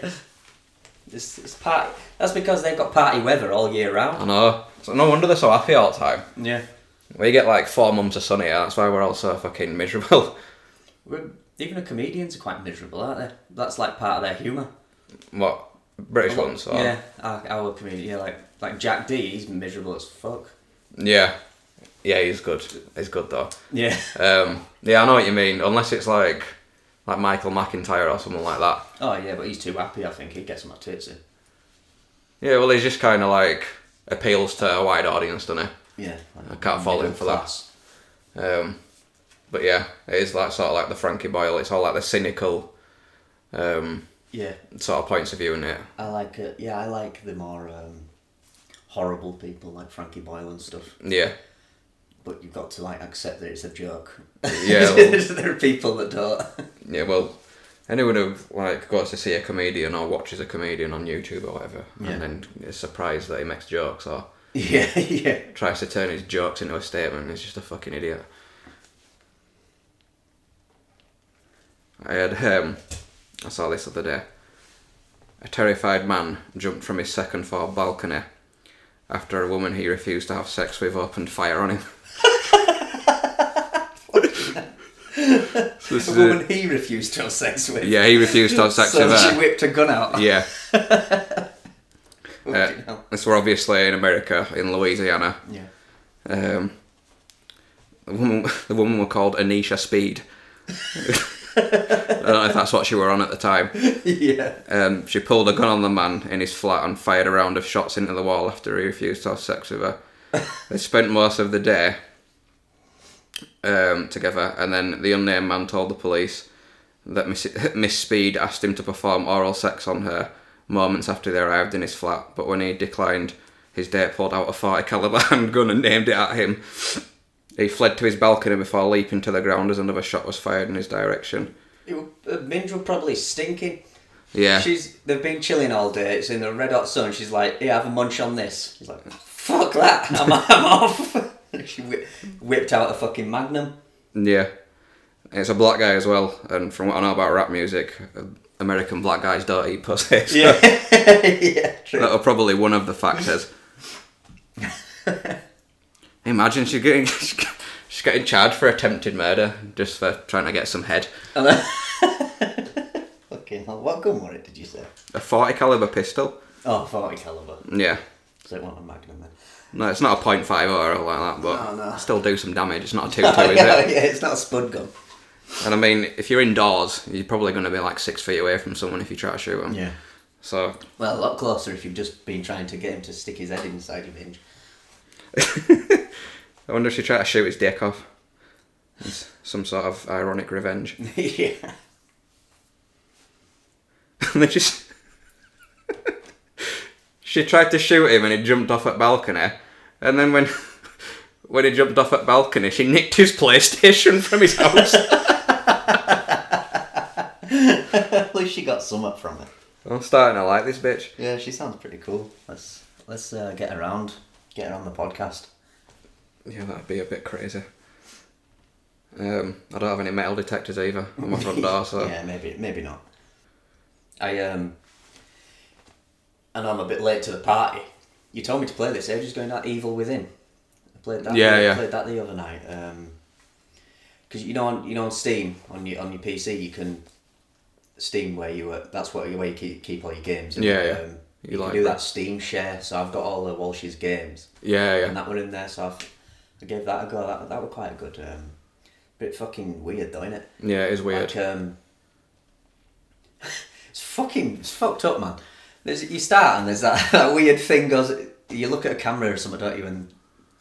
[SPEAKER 2] It's, it's party. That's because they've got party weather all year
[SPEAKER 1] I
[SPEAKER 2] round.
[SPEAKER 1] know. So no wonder they're so happy all the time.
[SPEAKER 2] Yeah.
[SPEAKER 1] We get like four months of sun here. That's why we're all so fucking miserable.
[SPEAKER 2] We're, even the comedians are quite miserable, aren't they? That's like part of their humour.
[SPEAKER 1] what British ones? Or,
[SPEAKER 2] Yeah, our, our comedian, yeah, like like Jack D, he's miserable as fuck.
[SPEAKER 1] yeah, yeah. He's good. He's good though.
[SPEAKER 2] Yeah.
[SPEAKER 1] Um, yeah, I know what you mean. Unless it's like like Michael McIntyre or someone like that.
[SPEAKER 2] Oh yeah, but he's too happy. I think he gets my tits in.
[SPEAKER 1] Yeah, well, he's just kind of like appeals to a wide audience, doesn't he?
[SPEAKER 2] Yeah. like
[SPEAKER 1] I can't fault him
[SPEAKER 2] middle
[SPEAKER 1] for that.
[SPEAKER 2] class.
[SPEAKER 1] Um, But yeah, it is like sort of like the Frankie Boyle. It's all like the cynical um,
[SPEAKER 2] Yeah,
[SPEAKER 1] sort of points of view in it.
[SPEAKER 2] I like it. Yeah, I like the more um, horrible people like Frankie Boyle and stuff.
[SPEAKER 1] Yeah,
[SPEAKER 2] But you've got to like accept that it's a joke.
[SPEAKER 1] Yeah, well-
[SPEAKER 2] there are people that don't.
[SPEAKER 1] yeah. Well, anyone who like goes to see a comedian or watches a comedian on YouTube or whatever,
[SPEAKER 2] Yeah.
[SPEAKER 1] and then is surprised that he makes jokes or
[SPEAKER 2] yeah, yeah.
[SPEAKER 1] tries to turn his jokes into a statement is just a fucking idiot. I had um, I saw this other day. A terrified man jumped from his second floor balcony after a woman he refused to have sex with opened fire on him. So this
[SPEAKER 2] The
[SPEAKER 1] is
[SPEAKER 2] woman he refused to have sex with.
[SPEAKER 1] a- yeah, he refused to have sex
[SPEAKER 2] so
[SPEAKER 1] with
[SPEAKER 2] she
[SPEAKER 1] her.
[SPEAKER 2] whipped a gun out.
[SPEAKER 1] Yeah,
[SPEAKER 2] Fucking
[SPEAKER 1] uh,
[SPEAKER 2] hell.
[SPEAKER 1] this were obviously in America, in Louisiana.
[SPEAKER 2] yeah.
[SPEAKER 1] Um, the woman, the woman were called Anisha Speed. I don't know if that's what she were on at the time.
[SPEAKER 2] yeah.
[SPEAKER 1] Um, she pulled a gun on the man in his flat and fired a round of shots into the wall after he refused to have sex with her. they spent most of the day um, together, and then the unnamed man told the police that Miss, Miss Speed asked him to perform oral sex on her moments after they arrived in his flat. But when he declined, his date pulled out a 40 caliber handgun and aimed it at him. He fled to his balcony before leaping to the ground as another shot was fired in his direction.
[SPEAKER 2] It were- uh, Minge were probably stinking.
[SPEAKER 1] Yeah.
[SPEAKER 2] She's they've been chilling all day. It's in the red hot sun. She's like, "Yeah, have a munch on this." She's like, "Fuck that! I'm, I'm off." she whi whipped out a fucking magnum.
[SPEAKER 1] Yeah. It's a black guy as well, and from what I know about rap music, uh, American black guys don't eat pussy. so
[SPEAKER 2] Yeah, yeah, true.
[SPEAKER 1] That'll probably one of the factors. Imagine she's getting she's getting charged for attempted murder just for trying to get some head.
[SPEAKER 2] And then- fucking hell! What gun were it? Did you say?
[SPEAKER 1] A forty caliber pistol.
[SPEAKER 2] Oh, 40 caliber.
[SPEAKER 1] Yeah.
[SPEAKER 2] So it wasn't a magnum then.
[SPEAKER 1] No, it's not a point five or anything like that, but
[SPEAKER 2] No, no.
[SPEAKER 1] still do some damage. It's not a two two, Oh, is
[SPEAKER 2] yeah,
[SPEAKER 1] it?
[SPEAKER 2] yeah, it's not a spud gun.
[SPEAKER 1] And I mean, if you're indoors, you're probably going to be like six feet away from someone if you try to shoot them. So
[SPEAKER 2] Well, a lot closer if you've just been trying to get him to stick his head inside your hinge.
[SPEAKER 1] I wonder if she tried to shoot his dick off. It's some sort of ironic revenge.
[SPEAKER 2] yeah.
[SPEAKER 1] and then just. she tried to shoot him and he jumped off at balcony. And then when. When he jumped off at balcony, she nicked his PlayStation from his house.
[SPEAKER 2] At least she got somewhat from it.
[SPEAKER 1] I'm starting to like this bitch.
[SPEAKER 2] Yeah, she sounds pretty cool. Let's let's uh, get around, get her on the podcast.
[SPEAKER 1] Yeah, that'd be a bit crazy. Um, I don't have any metal detectors either on my front door, so
[SPEAKER 2] yeah, maybe maybe not. I um, I know I'm a bit late to the party. You told me to play this ages ago. That Evil Within. I played that.
[SPEAKER 1] Yeah,
[SPEAKER 2] the,
[SPEAKER 1] yeah.
[SPEAKER 2] Played that the other night. Um, because you know on you know on Steam on your on your PC you can Steam where you uh, that's what where you keep, keep all your games.
[SPEAKER 1] Yeah, yeah.
[SPEAKER 2] Um,
[SPEAKER 1] You
[SPEAKER 2] you
[SPEAKER 1] like
[SPEAKER 2] can do
[SPEAKER 1] that.
[SPEAKER 2] that Steam share. So I've got all the Walsh's games.
[SPEAKER 1] yeah, yeah.
[SPEAKER 2] and that were in there. So I've, I gave that a go. That that were quite a good. Um, bit fucking weird though, innit?
[SPEAKER 1] Yeah, it is weird.
[SPEAKER 2] Like um, it's fucking it's fucked up, man. There's you start and there's that, that weird thing goes. You look at a camera or something, don't you? And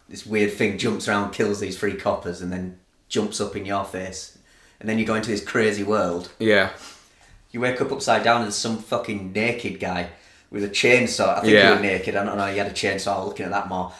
[SPEAKER 2] this weird thing jumps around, kills these three coppers, and then jumps up in your face. And then you go into this crazy world.
[SPEAKER 1] Yeah.
[SPEAKER 2] You wake up upside down and there's some fucking naked guy with a chainsaw. I think
[SPEAKER 1] Yeah.
[SPEAKER 2] he was naked. I don't know. He had a chainsaw. I'm looking at that more.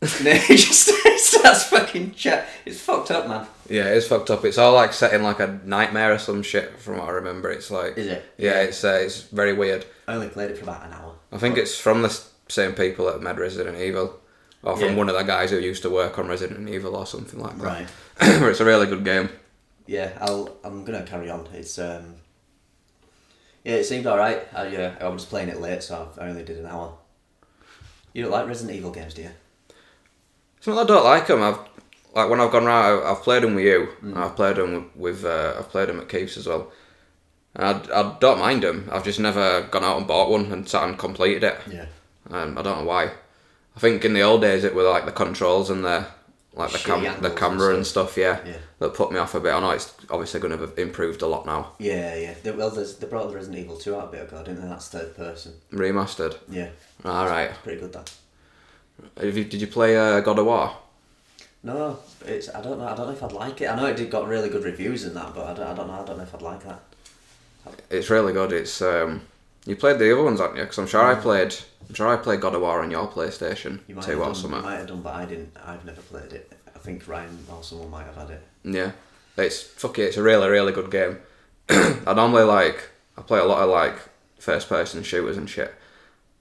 [SPEAKER 2] And then he just starts fucking chat. It's fucked up, man.
[SPEAKER 1] Yeah, it's fucked up. It's all like set in like a nightmare or some shit, from what I remember. It's like,
[SPEAKER 2] Is it?
[SPEAKER 1] Yeah, it's uh, it's very weird.
[SPEAKER 2] I only played it for about an hour.
[SPEAKER 1] I think it's from the s- same people that made Resident Evil, or from
[SPEAKER 2] Yeah.
[SPEAKER 1] one of the guys who used to work on Resident Evil or something like that.
[SPEAKER 2] Right.
[SPEAKER 1] it's a really good game.
[SPEAKER 2] Yeah, I'll. I'm gonna carry on. It's um. Yeah, it seemed alright. I, yeah, I was playing it late, so I only did an hour. You don't like Resident Evil games, do you?
[SPEAKER 1] It's not that I don't like them. I've like when I've gone round, I- I've played them with you.
[SPEAKER 2] Mm.
[SPEAKER 1] and I've played them with uh, I've played them at Keith's as well. And I, I don't mind them. I've just never gone out and bought one and sat and completed it.
[SPEAKER 2] Yeah.
[SPEAKER 1] Um, I don't know why. I think in the old days it were like the controls and the like the
[SPEAKER 2] Shitty
[SPEAKER 1] cam-
[SPEAKER 2] angles
[SPEAKER 1] the
[SPEAKER 2] and
[SPEAKER 1] camera and stuff. yeah,
[SPEAKER 2] Yeah.
[SPEAKER 1] that put me off a bit. I know it's obviously going to have improved a lot now,
[SPEAKER 2] Yeah, yeah. They, well, there's, they brought the Resident Evil 2 out a bit ago, didn't they? That's third person.
[SPEAKER 1] remastered.
[SPEAKER 2] Yeah.
[SPEAKER 1] All right.
[SPEAKER 2] Pretty good, that.
[SPEAKER 1] Have you, did you play uh, God of War?
[SPEAKER 2] No, it's I don't know. I don't know if I'd like it. I know it did got really good reviews and that, but I don't, I don't know. I don't know if I'd like that.
[SPEAKER 1] It's really good. It's um, you played the other ones, haven't you? Because I'm sure I played. I'm sure I played God of War on your PlayStation
[SPEAKER 2] Mm. You might,
[SPEAKER 1] Two
[SPEAKER 2] have
[SPEAKER 1] or
[SPEAKER 2] done, you
[SPEAKER 1] something.
[SPEAKER 2] might have done, but I didn't. I've never played it. I think Ryan or someone might have had it.
[SPEAKER 1] Yeah, it's fuck it. It's a really really good game. I normally like I play a lot of like first person shooters and shit,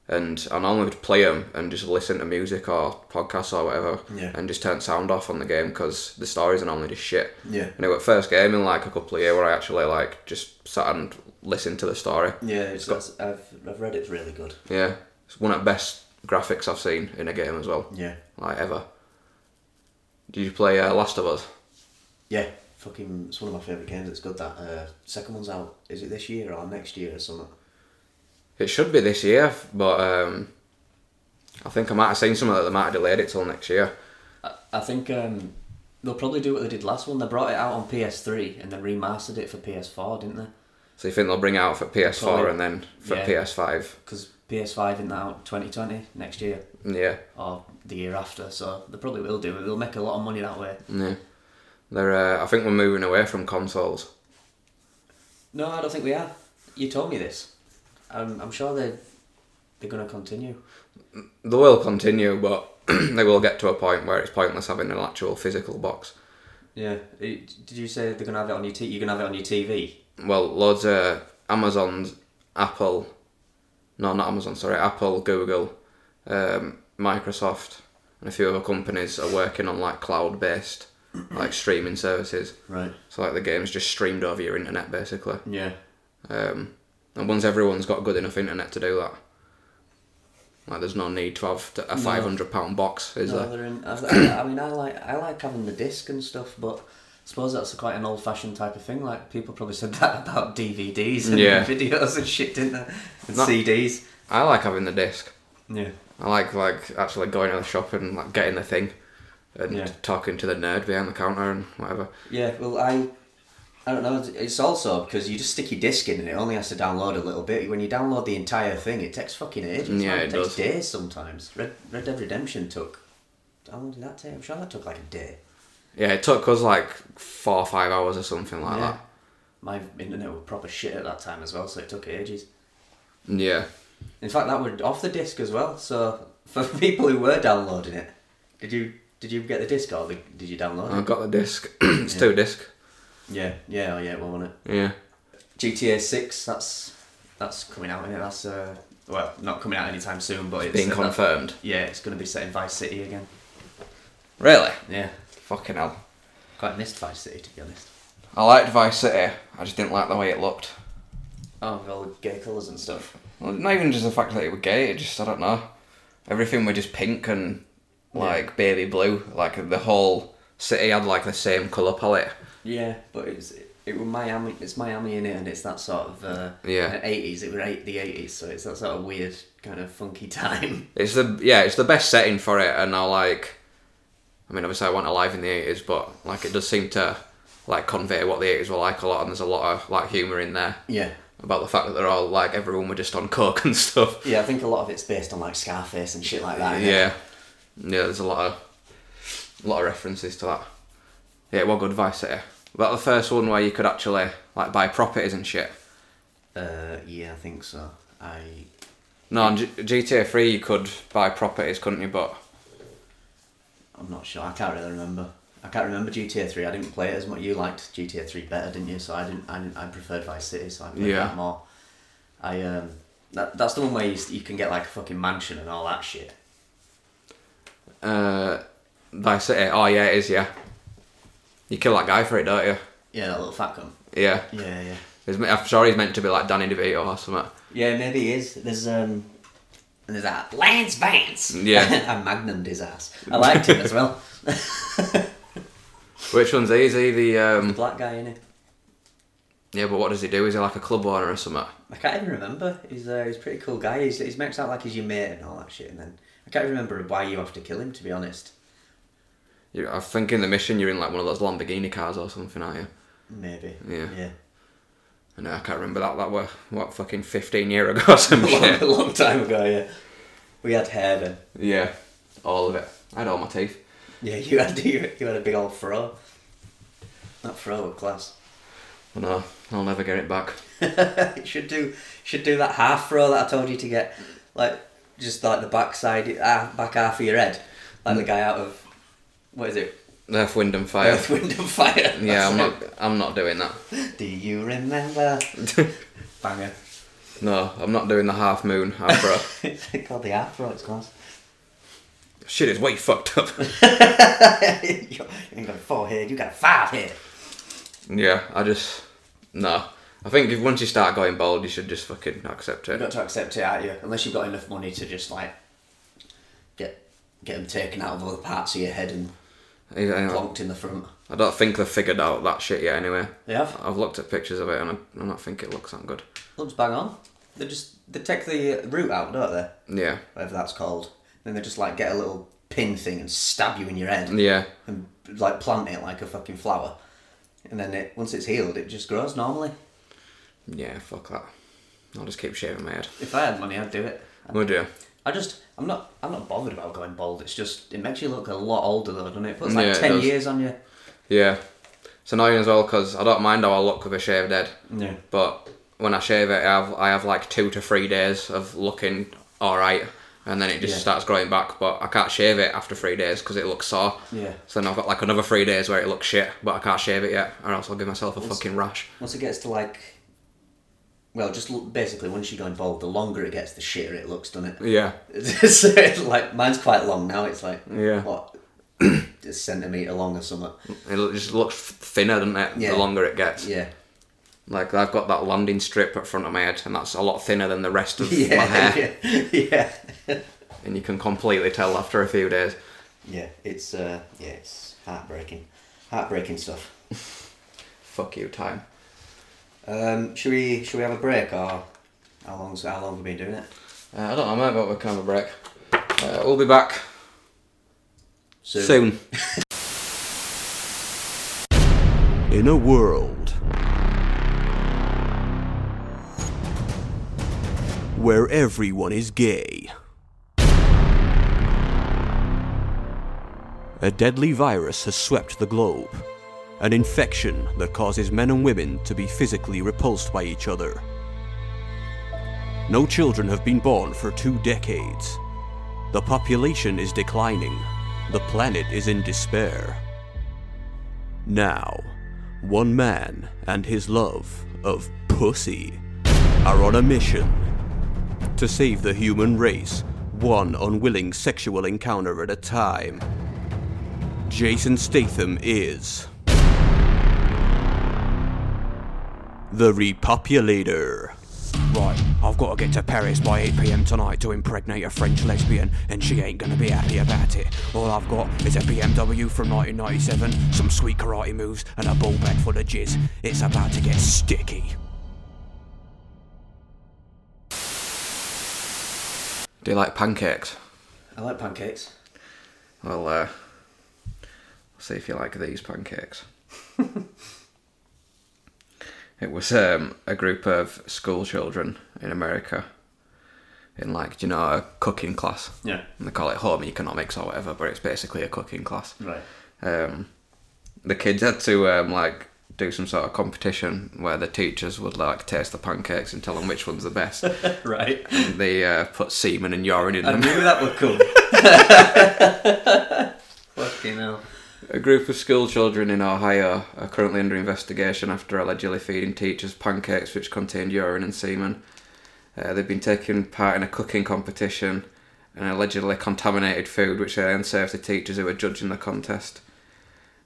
[SPEAKER 1] and I normally would play them and just listen to music or podcasts or whatever,
[SPEAKER 2] Yeah.
[SPEAKER 1] and just turn sound off on the game because the stories are normally just shit.
[SPEAKER 2] Yeah.
[SPEAKER 1] And it was first game in like a couple of years where I actually like just sat and listened to the story.
[SPEAKER 2] Yeah, it's, that's- I've, I've read it's really good.
[SPEAKER 1] Yeah, it's one of the best graphics I've seen in a game as well,
[SPEAKER 2] Yeah.
[SPEAKER 1] like ever. Did you play uh, Last of Us?
[SPEAKER 2] Yeah. Fucking, it's one of my favourite games. It's good that. Uh, second one's out. Is it this year or next year or something?
[SPEAKER 1] It should be this year, but um, I think I might have seen something that they might have delayed it till next year.
[SPEAKER 2] I, I think um, they'll probably do what they did last one. They brought it out on PS3 and then remastered it for PS4, didn't they?
[SPEAKER 1] So you think they'll bring it out for PS4
[SPEAKER 2] Probably.
[SPEAKER 1] and then for
[SPEAKER 2] Yeah.
[SPEAKER 1] PS5?
[SPEAKER 2] Because PS5 in that out 2020 next year
[SPEAKER 1] Yeah,
[SPEAKER 2] or the year after. So they probably will do it. They'll make a lot of money that way.
[SPEAKER 1] yeah. They're, uh, I think we're moving away from consoles.
[SPEAKER 2] No, I don't think we are. You told me this. Um, I'm, I'm sure they they're going to continue.
[SPEAKER 1] They will continue, but they will get to a point where it's pointless having an actual physical box.
[SPEAKER 2] Yeah. Did you say they're going to have it on your t- you're going to have it on your TV?
[SPEAKER 1] Well, loads of Amazon's, Apple, no, not Amazon, sorry, Apple, Google, um, Microsoft, and a few other companies are working on like cloud-based, like streaming services.
[SPEAKER 2] Right.
[SPEAKER 1] So like the game's just streamed over your internet basically.
[SPEAKER 2] Yeah.
[SPEAKER 1] Um, and once everyone's got good enough internet to do that, like there's no need to have t- a five hundred pound box, is
[SPEAKER 2] No,
[SPEAKER 1] there?
[SPEAKER 2] they're in, I, I mean, I like I like having the disc and stuff, but I suppose that's quite an old-fashioned type of thing. Like people probably said that about DVDs and
[SPEAKER 1] Yeah.
[SPEAKER 2] videos and shit, didn't they? And
[SPEAKER 1] Not-
[SPEAKER 2] CDs.
[SPEAKER 1] I like having the disc.
[SPEAKER 2] Yeah.
[SPEAKER 1] I like like actually going to the shop and like getting the thing, and
[SPEAKER 2] Yeah.
[SPEAKER 1] talking to the nerd behind the counter and whatever.
[SPEAKER 2] Yeah. Well, I. I don't know. it's- It's also because you just stick your disc in and it only has to download a little bit. When you download the entire thing, it takes fucking ages.
[SPEAKER 1] Yeah,
[SPEAKER 2] man.
[SPEAKER 1] it
[SPEAKER 2] takes
[SPEAKER 1] does.
[SPEAKER 2] days sometimes. Red Red Dead Redemption took. How long did that take? I'm sure that took like a day.
[SPEAKER 1] Yeah, it took us like four or five hours or something like
[SPEAKER 2] Yeah. My internet was proper shit at that time as well, so it took ages.
[SPEAKER 1] that. Yeah,
[SPEAKER 2] In fact, that were off the disc as well. So for people who were downloading it, did you did you get the disc or the, did you download
[SPEAKER 1] I
[SPEAKER 2] it?
[SPEAKER 1] got the disc. it's two disc.
[SPEAKER 2] Yeah, yeah, oh yeah, well, wasn't it?
[SPEAKER 1] Yeah,
[SPEAKER 2] GTA Six. That's that's coming out in it. That's uh, well, not coming out anytime soon, but it's
[SPEAKER 1] being
[SPEAKER 2] uh, that-
[SPEAKER 1] confirmed.
[SPEAKER 2] yeah, it's going to be set in Vice City again.
[SPEAKER 1] Really?
[SPEAKER 2] Yeah,
[SPEAKER 1] Fucking hell.
[SPEAKER 2] quite missed Vice City to be honest.
[SPEAKER 1] I liked Vice City. I just didn't like the way it looked.
[SPEAKER 2] Oh, with all the gay colours and stuff.
[SPEAKER 1] Well, not even just the fact that it was gay. It just I don't know. Everything were just pink and like baby blue. Like the whole city had like the same color palette.
[SPEAKER 2] Yeah, but it's it was Miami. It's Miami in it, and it's that sort of uh,
[SPEAKER 1] Yeah.
[SPEAKER 2] eighties. It was eight, the eighties, so it's that sort of weird kind of funky time.
[SPEAKER 1] It's the yeah, it's the best setting for it. And I like. I mean, obviously, I want to live in the eighties, but like it does seem to like convey what the eighties were like a lot. And there's a lot of like humor in there
[SPEAKER 2] Yeah.
[SPEAKER 1] about the fact that they're all like everyone were just on coke and stuff.
[SPEAKER 2] Yeah, I think a lot of it's based on like Scarface and shit like that. isn't it?
[SPEAKER 1] Yeah, yeah. There's a lot of, a lot of references to that. Yeah, well, good Vice City. But the first one where you could actually like buy properties and shit.
[SPEAKER 2] Uh, yeah, I think so. I
[SPEAKER 1] No, on G- GTA Three you could buy properties, couldn't you? But
[SPEAKER 2] I'm not sure. I can't really remember. I can't remember GTA Three. I didn't play it as much. You liked GTA Three better, didn't you? So I didn't. I, didn't, I preferred Vice City, so I played
[SPEAKER 1] Yeah.
[SPEAKER 2] that more. I um, that, that's the one where you, s- you can get like a fucking mansion and all that shit.
[SPEAKER 1] uh, Vice City, oh yeah, it is. Yeah, you kill that guy for it, don't you?
[SPEAKER 2] Yeah, that little fat cum.
[SPEAKER 1] Yeah,
[SPEAKER 2] Yeah, yeah.
[SPEAKER 1] He's me- I'm sure he's meant to be like Danny DeVito or something.
[SPEAKER 2] Yeah, maybe he is. There's um, and there's that Lance Vance.
[SPEAKER 1] Yeah.
[SPEAKER 2] and Magnum his ass. I liked him as well.
[SPEAKER 1] Which one's he? Is he the um,
[SPEAKER 2] Black guy in it.
[SPEAKER 1] yeah? But what does he do? Is he like a club owner or something?
[SPEAKER 2] I can't even remember. He's uh, he's a pretty cool guy. He's, he's makes out like he's your mate and all that shit. And then I can't remember why you have to kill him. To be honest,
[SPEAKER 1] You, I think in the mission you're in like one of those Lamborghini cars or something, aren't you?
[SPEAKER 2] maybe.
[SPEAKER 1] Yeah.
[SPEAKER 2] Yeah.
[SPEAKER 1] No, I can't remember that. That were what fucking fifteen year ago or some
[SPEAKER 2] Long-
[SPEAKER 1] shit.
[SPEAKER 2] a long time ago. Yeah. We had hair then.
[SPEAKER 1] Yeah, all of it. I had all my teeth.
[SPEAKER 2] Yeah, you had you, you had a big old fro. That fro was class.
[SPEAKER 1] But no, I'll never get it back.
[SPEAKER 2] You should do should do that half fro that I told you to get, like just like the backside half, back half of your head, like
[SPEAKER 1] Mm.
[SPEAKER 2] the guy out of what is it?
[SPEAKER 1] Earth, wind, and fire.
[SPEAKER 2] Earth, Wind and Fire.
[SPEAKER 1] yeah, I'm
[SPEAKER 2] That's it.
[SPEAKER 1] not. I'm not doing that.
[SPEAKER 2] Do you remember? Banger.
[SPEAKER 1] No, I'm not doing the half moon afro.
[SPEAKER 2] it's called the afro. It's class.
[SPEAKER 1] Shit is way fucked up.
[SPEAKER 2] you ain't got a forehead. You got a five head.
[SPEAKER 1] yeah, I just no. I think if once you start going bald, you should just fucking accept
[SPEAKER 2] You've
[SPEAKER 1] it.
[SPEAKER 2] got to accept it, aren't you? Unless you've got enough money to just like get get them taken out of other parts of your head and
[SPEAKER 1] I, I-
[SPEAKER 2] plonked in the front.
[SPEAKER 1] I don't think they've figured out that shit yet. Anyway,
[SPEAKER 2] They have.
[SPEAKER 1] I've looked at pictures of it, and I, I don't think it looks that good.
[SPEAKER 2] Looks bang on. They just they take the uh, root out, don't they?
[SPEAKER 1] Yeah,
[SPEAKER 2] Whatever that's called. Then they just like get a little pin thing and stab you in your head
[SPEAKER 1] yeah.
[SPEAKER 2] and like plant it like a fucking flower. And then it once it's healed, it just grows normally.
[SPEAKER 1] Yeah, fuck that. I'll just keep shaving my head. Oh
[SPEAKER 2] If I had money, I'd do it.
[SPEAKER 1] We do.
[SPEAKER 2] I just I'm not I'm not bothered about going bald. It's just it makes you look a lot older though, doesn't it? It puts like
[SPEAKER 1] Yeah, it
[SPEAKER 2] ten
[SPEAKER 1] does.
[SPEAKER 2] years on you.
[SPEAKER 1] Yeah. It's annoying as well because I don't mind how I look with a shaved head,
[SPEAKER 2] Yeah.
[SPEAKER 1] but when I shave it, I have, I have like two to three days of looking all right, and then it just
[SPEAKER 2] Yeah.
[SPEAKER 1] starts growing back. But I can't shave it after three days because it looks sore.
[SPEAKER 2] Yeah.
[SPEAKER 1] So then I've got like another three days where it looks shit, but I can't shave it yet, or else I'll give myself a fucking rash.
[SPEAKER 2] Once it gets to like, well, just l- basically once you're going bald, the longer it gets, the shitter it looks, doesn't it?
[SPEAKER 1] Yeah.
[SPEAKER 2] so it's like mine's quite long now. It's like
[SPEAKER 1] Yeah.
[SPEAKER 2] what a centimeter long or something.
[SPEAKER 1] It lo- just looks thinner, doesn't it?
[SPEAKER 2] Yeah.
[SPEAKER 1] The longer it gets.
[SPEAKER 2] Yeah,
[SPEAKER 1] Like I've got that landing strip at front of my head, and that's a lot thinner than the rest of my
[SPEAKER 2] yeah,
[SPEAKER 1] hair.
[SPEAKER 2] yeah, yeah,
[SPEAKER 1] and you can completely tell after a few days.
[SPEAKER 2] yeah. It's uh, yeah, it's heartbreaking, heartbreaking stuff.
[SPEAKER 1] Fuck you, time.
[SPEAKER 2] Um, should we should we have a break or how long's how long have we been doing it?
[SPEAKER 1] Uh, I don't know, mate, but we're kind of a break. Uh, we'll be back soon.
[SPEAKER 3] in a world where everyone is gay. A deadly virus has swept the globe, an infection that causes men and women to be physically repulsed by each other. No children have been born for two decades. The population is declining. The planet is in despair. Now, one man and his love of pussy are on a mission to save the human race, one unwilling sexual encounter at a time. Jason Statham is the repopulator. Right, I've got to get to Paris by 8 pm tonight to impregnate a French lesbian, and she ain't gonna be happy about it. All I've got is a BMW from 1997, some sweet karate moves, and a ball bag full of jizz. It's about to get sticky.
[SPEAKER 1] Do you like pancakes?
[SPEAKER 2] I like pancakes.
[SPEAKER 1] Well, uh, see if you like these pancakes. it was um, a group of school children in America in, like, do you know, a cooking class.
[SPEAKER 2] Yeah.
[SPEAKER 1] And they call it home economics or whatever, but it's basically a cooking class.
[SPEAKER 2] Right.
[SPEAKER 1] um, the kids had to um, like do some sort of competition where the teachers would like taste the pancakes and tell them which one's the best.
[SPEAKER 2] Right.
[SPEAKER 1] And they uh, put semen and urine in
[SPEAKER 2] I
[SPEAKER 1] them.
[SPEAKER 2] knew that would come. Fucking hell.
[SPEAKER 1] A group of school children in Ohio are currently under investigation after allegedly feeding teachers pancakes which contained urine and semen. Uh, they've been taking part in a cooking competition and allegedly contaminated food which they then served to teachers who were judging the contest.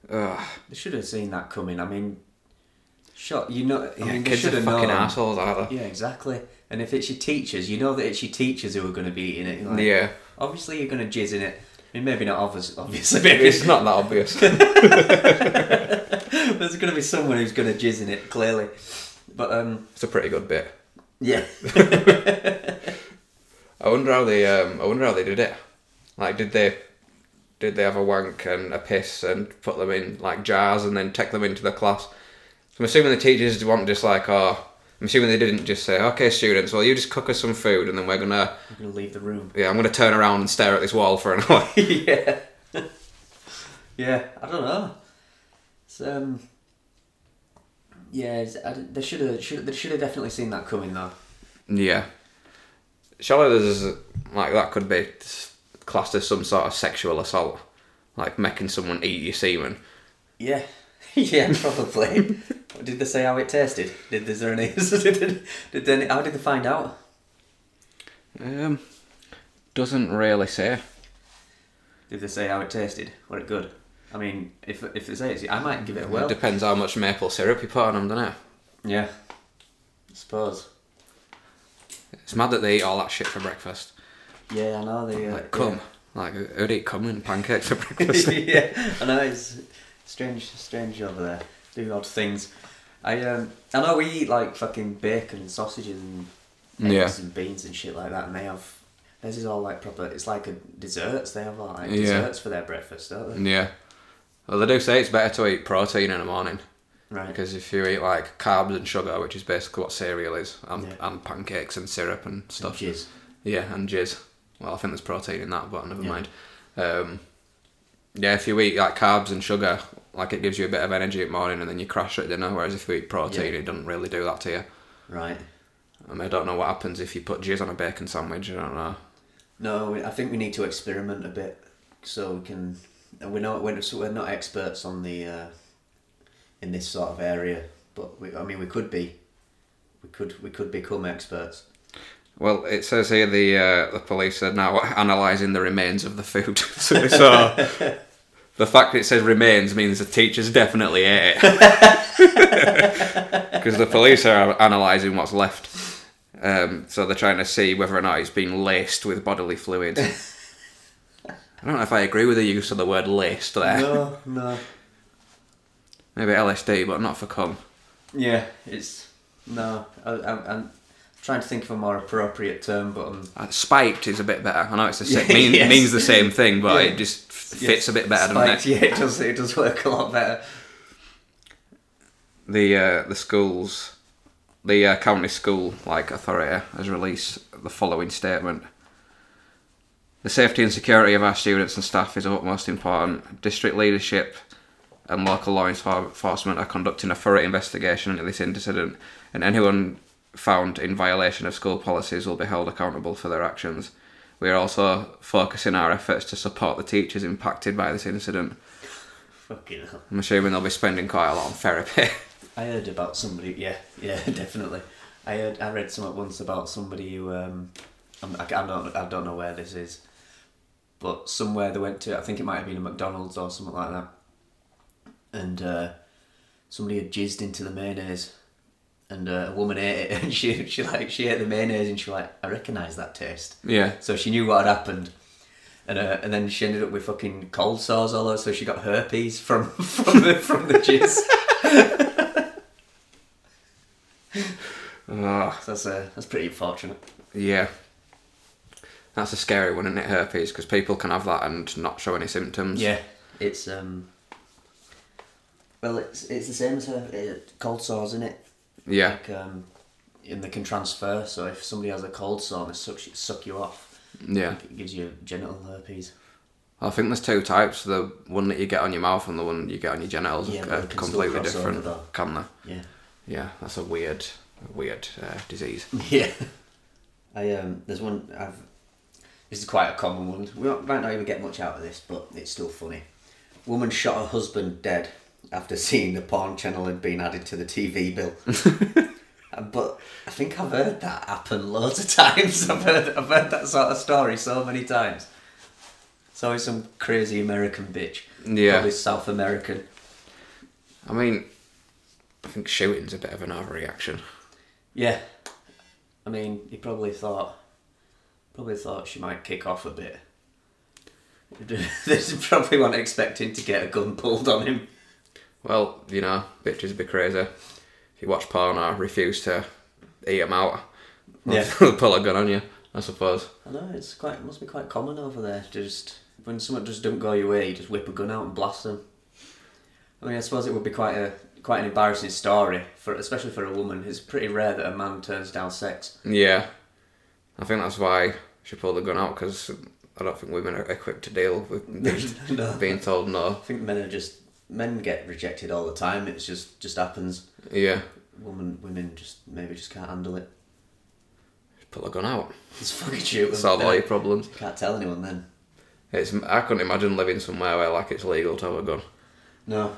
[SPEAKER 1] Ugh.
[SPEAKER 2] They should have seen that coming. I mean, shot. You know. I mean, they
[SPEAKER 1] kids
[SPEAKER 2] should
[SPEAKER 1] are
[SPEAKER 2] have
[SPEAKER 1] fucking
[SPEAKER 2] known.
[SPEAKER 1] assholes, aren't they?
[SPEAKER 2] Yeah, exactly. And if it's your teachers, you know that it's your teachers who are going to be eating it. Like,
[SPEAKER 1] yeah.
[SPEAKER 2] Obviously, you're going to jizz in it. I mean, maybe not obvious, obviously. Maybe
[SPEAKER 1] It's not that obvious.
[SPEAKER 2] there's going to be someone who's going to jizz in it. Clearly, but um,
[SPEAKER 1] It's a pretty good bit.
[SPEAKER 2] yeah.
[SPEAKER 1] I wonder how they. Um, I wonder how they did it. Like, did they, did they have a wank and a piss and put them in like jars and then take them into the class? So I'm assuming the teachers weren't just like, oh, I'm assuming they didn't just say, okay, students, well, you just cook us some food and then we're gonna,
[SPEAKER 2] I'm going to leave the room.
[SPEAKER 1] yeah, I'm gonna turn around and stare at this wall for an hour.
[SPEAKER 2] yeah. Yeah, I don't know. It's, um, yeah, it's, I, don't- they should have should they should have definitely seen that coming though.
[SPEAKER 1] Yeah. Surely there's like that could be s- classed as some sort of sexual assault, like making someone eat your semen.
[SPEAKER 2] Yeah, yeah, probably. did they say how it tasted? Did is there any? did, did they, how did they find out?
[SPEAKER 1] Um, doesn't really say.
[SPEAKER 2] Did they say how it tasted? Were it good? I mean, if if they say it's, I might give it a whirl.
[SPEAKER 1] it depends how much maple syrup you put on them, doesn't it?
[SPEAKER 2] Yeah, I suppose.
[SPEAKER 1] It's mad that they eat all that shit for breakfast.
[SPEAKER 2] Yeah, I know they uh,
[SPEAKER 1] Like cum. Like who'd eat cum and pancakes for breakfast?
[SPEAKER 2] Yeah. yeah, I know it's strange, strange over there. Do odd things. I um, I know we eat like fucking bacon and sausages and eggs
[SPEAKER 1] Yeah.
[SPEAKER 2] and beans and shit like that, and they have. This is all like proper. It's like a desserts. They have like
[SPEAKER 1] Yeah. Mm.
[SPEAKER 2] desserts for their breakfast, don't they?
[SPEAKER 1] yeah. Well, they do say it's better to eat protein in the morning.
[SPEAKER 2] Right.
[SPEAKER 1] Because if you eat like carbs and sugar, which is basically what cereal is, and,
[SPEAKER 2] Yeah.
[SPEAKER 1] and pancakes and syrup and stuff.
[SPEAKER 2] Jizz.
[SPEAKER 1] Yeah, and jizz. Well, I think there's protein in that, but never
[SPEAKER 2] Yeah.
[SPEAKER 1] mind. Um, yeah, if you eat like carbs and sugar, like it gives you a bit of energy at morning and then you crash at dinner. Whereas if you eat protein,
[SPEAKER 2] Yeah.
[SPEAKER 1] it doesn't really do that to you.
[SPEAKER 2] Right.
[SPEAKER 1] I mean, I don't know what happens if you put jizz on a bacon sandwich. I don't know.
[SPEAKER 2] No, we- I think we need to experiment a bit so we can. And we're not we're, so we're not experts on the uh, in this sort of area, but we, I mean we could be. We could we could become experts.
[SPEAKER 1] Well, it says here the uh, the police are now analysing the remains of the food. so, so the fact that it says remains means the teachers definitely ate it. Because the police are analysing what's left. Um, so they're trying to see whether or not it's been laced with bodily fluid. I don't know if I agree with the use of the word laced there.
[SPEAKER 2] No, no.
[SPEAKER 1] Maybe LSD, but not for cum.
[SPEAKER 2] Yeah, it's no. I, I, I'm trying to think of a more appropriate term, but um,
[SPEAKER 1] Uh, spiked is a bit better. I know it's the same,
[SPEAKER 2] Yeah,
[SPEAKER 1] mean,
[SPEAKER 2] yes.
[SPEAKER 1] means the same thing, but
[SPEAKER 2] Yeah.
[SPEAKER 1] it just f-
[SPEAKER 2] yeah,
[SPEAKER 1] fits a bit better, doesn't it?
[SPEAKER 2] spiked, Yeah, it does. It does work a lot better.
[SPEAKER 1] the uh, the schools, the uh, county school like authority has released the following statement. The safety and security of our students and staff is of utmost important. District leadership and local law enforcement are conducting a thorough investigation into this incident, and anyone found in violation of school policies will be held accountable for their actions. We are also focusing our efforts to support the teachers impacted by this incident.
[SPEAKER 2] Fucking hell.
[SPEAKER 1] I'm assuming they'll be spending quite a lot on therapy.
[SPEAKER 2] I heard about somebody. Yeah, yeah, definitely. I heard. I read something once about somebody who. Um, I'm, I, I don't. I don't know where this is, but somewhere they went to. I think it might have been a McDonald's or something like that. And uh, somebody had jizzed into the mayonnaise, and uh, a woman ate it, and she she like she ate the mayonnaise, and she like I recognise that taste.
[SPEAKER 1] yeah.
[SPEAKER 2] So she knew what had happened. And, uh, and then she ended up with fucking cold sores all over, so she got herpes from from the from the jizz.
[SPEAKER 1] Ugh.
[SPEAKER 2] So that's uh, that's pretty fortunate.
[SPEAKER 1] Yeah. That's a scary one, isn't it, herpes? Because people can have that and not show any symptoms.
[SPEAKER 2] it's um. Well, it's it's the same as her uh, cold sores, isn't it?
[SPEAKER 1] Yeah.
[SPEAKER 2] Like um, and they can transfer. So if somebody has a cold sore and they suck suck you off,
[SPEAKER 1] Yeah.
[SPEAKER 2] it gives you genital herpes.
[SPEAKER 1] I think there's two types the one that you get on your mouth and the one you get on your genitals
[SPEAKER 2] Yeah,
[SPEAKER 1] are-
[SPEAKER 2] but
[SPEAKER 1] are
[SPEAKER 2] they can still
[SPEAKER 1] completely
[SPEAKER 2] cross over
[SPEAKER 1] different,
[SPEAKER 2] though.
[SPEAKER 1] can they?
[SPEAKER 2] Yeah.
[SPEAKER 1] Yeah, that's a weird, weird uh, disease.
[SPEAKER 2] Yeah. I um. There's one I've. This is quite a common one. We don't- might not even get much out of this, but it's still funny. Woman shot her husband dead after seeing the porn channel had been added to the TV bill. Uh, but I think I've heard that happen loads of times. I've heard I've heard that sort of story so many times. It's always some crazy American bitch.
[SPEAKER 1] Yeah.
[SPEAKER 2] Mm. Probably South American.
[SPEAKER 1] I mean, I think shooting's a bit of an overreaction.
[SPEAKER 2] Yeah. I mean, he probably thought probably thought she might kick off a bit. this probably weren't expecting to get a gun pulled on him.
[SPEAKER 1] Well, you know, bitches be crazy. If you watch porn or refuse to eat 'em out,
[SPEAKER 2] Yeah.
[SPEAKER 1] they'll pull a gun on you, I suppose.
[SPEAKER 2] I know it's quite must be quite common over there. to Just when someone just don't go your way, you just whip a gun out and blast them. I mean, I suppose it would be quite a quite an embarrassing story for especially for a woman. It's pretty rare that a man turns down sex.
[SPEAKER 1] Yeah, I think that's why she pulled the gun out because I don't think women are equipped to deal with just
[SPEAKER 2] No.
[SPEAKER 1] being told no.
[SPEAKER 2] I think men are just men get rejected all the time. It's just just happens.
[SPEAKER 1] Yeah,
[SPEAKER 2] Women women just maybe just can't handle it.
[SPEAKER 1] just pull a gun out.
[SPEAKER 2] Just fucking shoot them.
[SPEAKER 1] Solve all
[SPEAKER 2] Yeah.
[SPEAKER 1] your problems.
[SPEAKER 2] Can't tell anyone then.
[SPEAKER 1] It's I couldn't imagine living somewhere where like it's legal to have a gun.
[SPEAKER 2] No.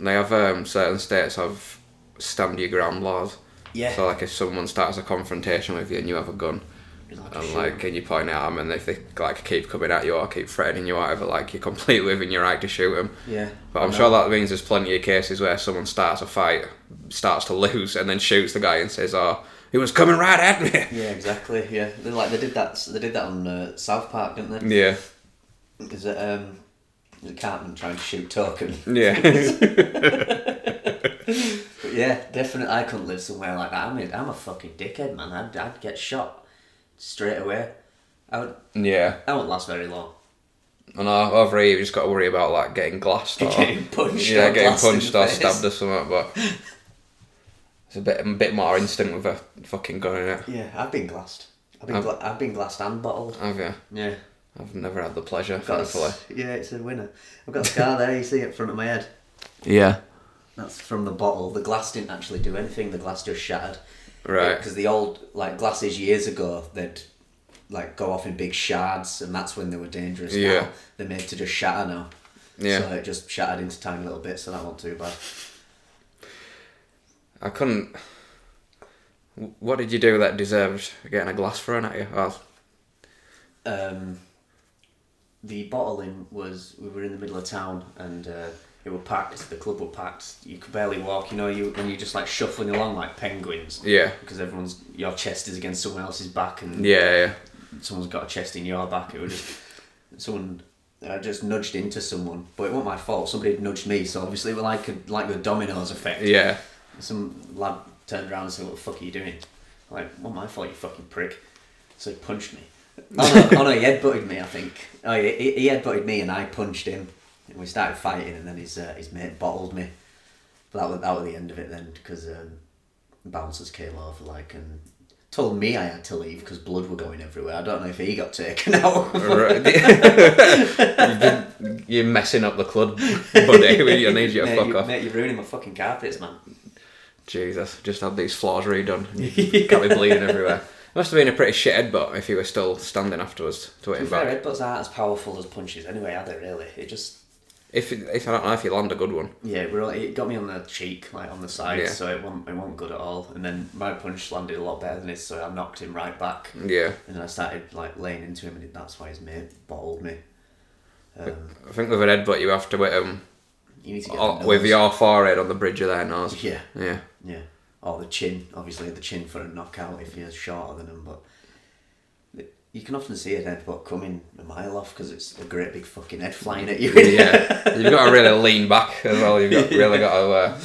[SPEAKER 1] They have um, certain states have stand your ground laws.
[SPEAKER 2] Yeah.
[SPEAKER 1] So like if someone starts a confrontation with you and you have a gun,
[SPEAKER 2] You're allowed to
[SPEAKER 1] and
[SPEAKER 2] shoot
[SPEAKER 1] like can you point at them and if they like keep coming at you or keep threatening you or whatever, like you're completely within your right to shoot them.
[SPEAKER 2] Yeah.
[SPEAKER 1] But I'm
[SPEAKER 2] I
[SPEAKER 1] sure
[SPEAKER 2] know.
[SPEAKER 1] that means there's plenty of cases where someone starts a fight, starts to lose, and then shoots the guy and says, "Oh, he was coming right at me."
[SPEAKER 2] Yeah, exactly. Yeah, they like they did that. They did that on uh, South Park, didn't they?
[SPEAKER 1] Yeah,
[SPEAKER 2] Is it um, is it Cartman trying to shoot Token?
[SPEAKER 1] yeah,
[SPEAKER 2] But yeah, definitely. I couldn't live somewhere like that. I'm a, I'm a fucking dickhead, man. I'd, I'd get shot straight away. I would.
[SPEAKER 1] yeah.
[SPEAKER 2] I won't last very long.
[SPEAKER 1] And uh, over here, you just got to worry about like getting glassed or
[SPEAKER 2] Getting punched
[SPEAKER 1] Oh. yeah,
[SPEAKER 2] or
[SPEAKER 1] getting
[SPEAKER 2] glassed in
[SPEAKER 1] punched
[SPEAKER 2] the
[SPEAKER 1] or
[SPEAKER 2] face.
[SPEAKER 1] stabbed or something. But it's a bit, a bit more instinct with a fucking gun in it.
[SPEAKER 2] Yeah, I've been glassed. I've been
[SPEAKER 1] I've-
[SPEAKER 2] gla- I've been glassed and bottled.
[SPEAKER 1] Have you?
[SPEAKER 2] Yeah.
[SPEAKER 1] I've never had the pleasure,
[SPEAKER 2] Got a
[SPEAKER 1] thankfully.
[SPEAKER 2] s- yeah, it's a winner. I've got a scar there. You see it in front of my head.
[SPEAKER 1] Yeah.
[SPEAKER 2] That's from the bottle. The glass didn't actually do anything. The glass just shattered.
[SPEAKER 1] Right.
[SPEAKER 2] Because the old like glasses years ago, they'd like go off in big shards, and that's when they were dangerous. Now,
[SPEAKER 1] Yeah.
[SPEAKER 2] They're made to just shatter now.
[SPEAKER 1] Yeah.
[SPEAKER 2] So it just shattered into tiny little bits, so that wasn't too bad.
[SPEAKER 1] I couldn't. Wh- What did you do that deserved getting a glass thrown at you? Oh,
[SPEAKER 2] um, the bottling was we were in the middle of town and uh, it were packed. The club were packed. You could barely walk. You know, you and you're just like shuffling along like penguins.
[SPEAKER 1] Yeah.
[SPEAKER 2] Because everyone's your chest is against someone else's back and
[SPEAKER 1] yeah, yeah.
[SPEAKER 2] someone's got a chest in your back. It was just someone. I just nudged into someone, but it wasn't my fault. Somebody had nudged me, so obviously it was like a, like the dominoes effect.
[SPEAKER 1] Yeah.
[SPEAKER 2] Some lad turned around and said, "What the fuck are you doing?" I'm like, "Well, my fault, you fucking prick." So he punched me. oh, no, oh no, he headbutted me. I think. Oh, he, he he headbutted me, and I punched him, and we started fighting, and then his uh, his mate bottled me. But that was that was the end of it then, because um, bouncers came over like and told me I had to leave because blood were going everywhere. I don't know if he got taken out.
[SPEAKER 1] Right. You've been- You're messing up the club, buddy. We- I need you to
[SPEAKER 2] mate,
[SPEAKER 1] fuck
[SPEAKER 2] you,
[SPEAKER 1] off.
[SPEAKER 2] Mate, you're ruining my fucking carpets, man.
[SPEAKER 1] Jesus, just had these floors redone. Got me bleeding everywhere. It must have been a pretty shit headbutt if you were still standing afterwards to wait
[SPEAKER 2] To
[SPEAKER 1] him
[SPEAKER 2] be fair,
[SPEAKER 1] back.
[SPEAKER 2] headbutts aren't as powerful as punches anyway, are they? Really, it just
[SPEAKER 1] If, if I don't know if you land a good one.
[SPEAKER 2] Yeah, it really, it got me on the cheek, like on the side,
[SPEAKER 1] Yeah.
[SPEAKER 2] so it wasn't, it wasn't good at all. And then my punch landed a lot better than his, so I knocked him right back.
[SPEAKER 1] Yeah.
[SPEAKER 2] And then I started like laying into him, and that's why his mate bottled me. Um,
[SPEAKER 1] I think with an headbutt you have to hit 'em
[SPEAKER 2] you need to get
[SPEAKER 1] all-
[SPEAKER 2] the
[SPEAKER 1] Oh, with
[SPEAKER 2] nose.
[SPEAKER 1] your forehead on the bridge of their nose.
[SPEAKER 2] yeah,
[SPEAKER 1] Yeah.
[SPEAKER 2] yeah, or the chin. Obviously, the chin for a knockout if you're shorter than him, but it- you can often see an headbutt coming a mile off because it's a great big fucking head flying at you.
[SPEAKER 1] yeah. You've got to really lean back as well. You've got, really got to uh,